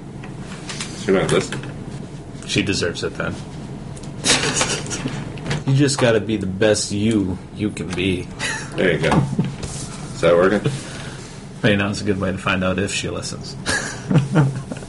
B: She might listen.
C: She deserves it then. you just got to be the best you you can be.
B: There you go. Is that working?
C: Right now, it's a good way to find out if she listens.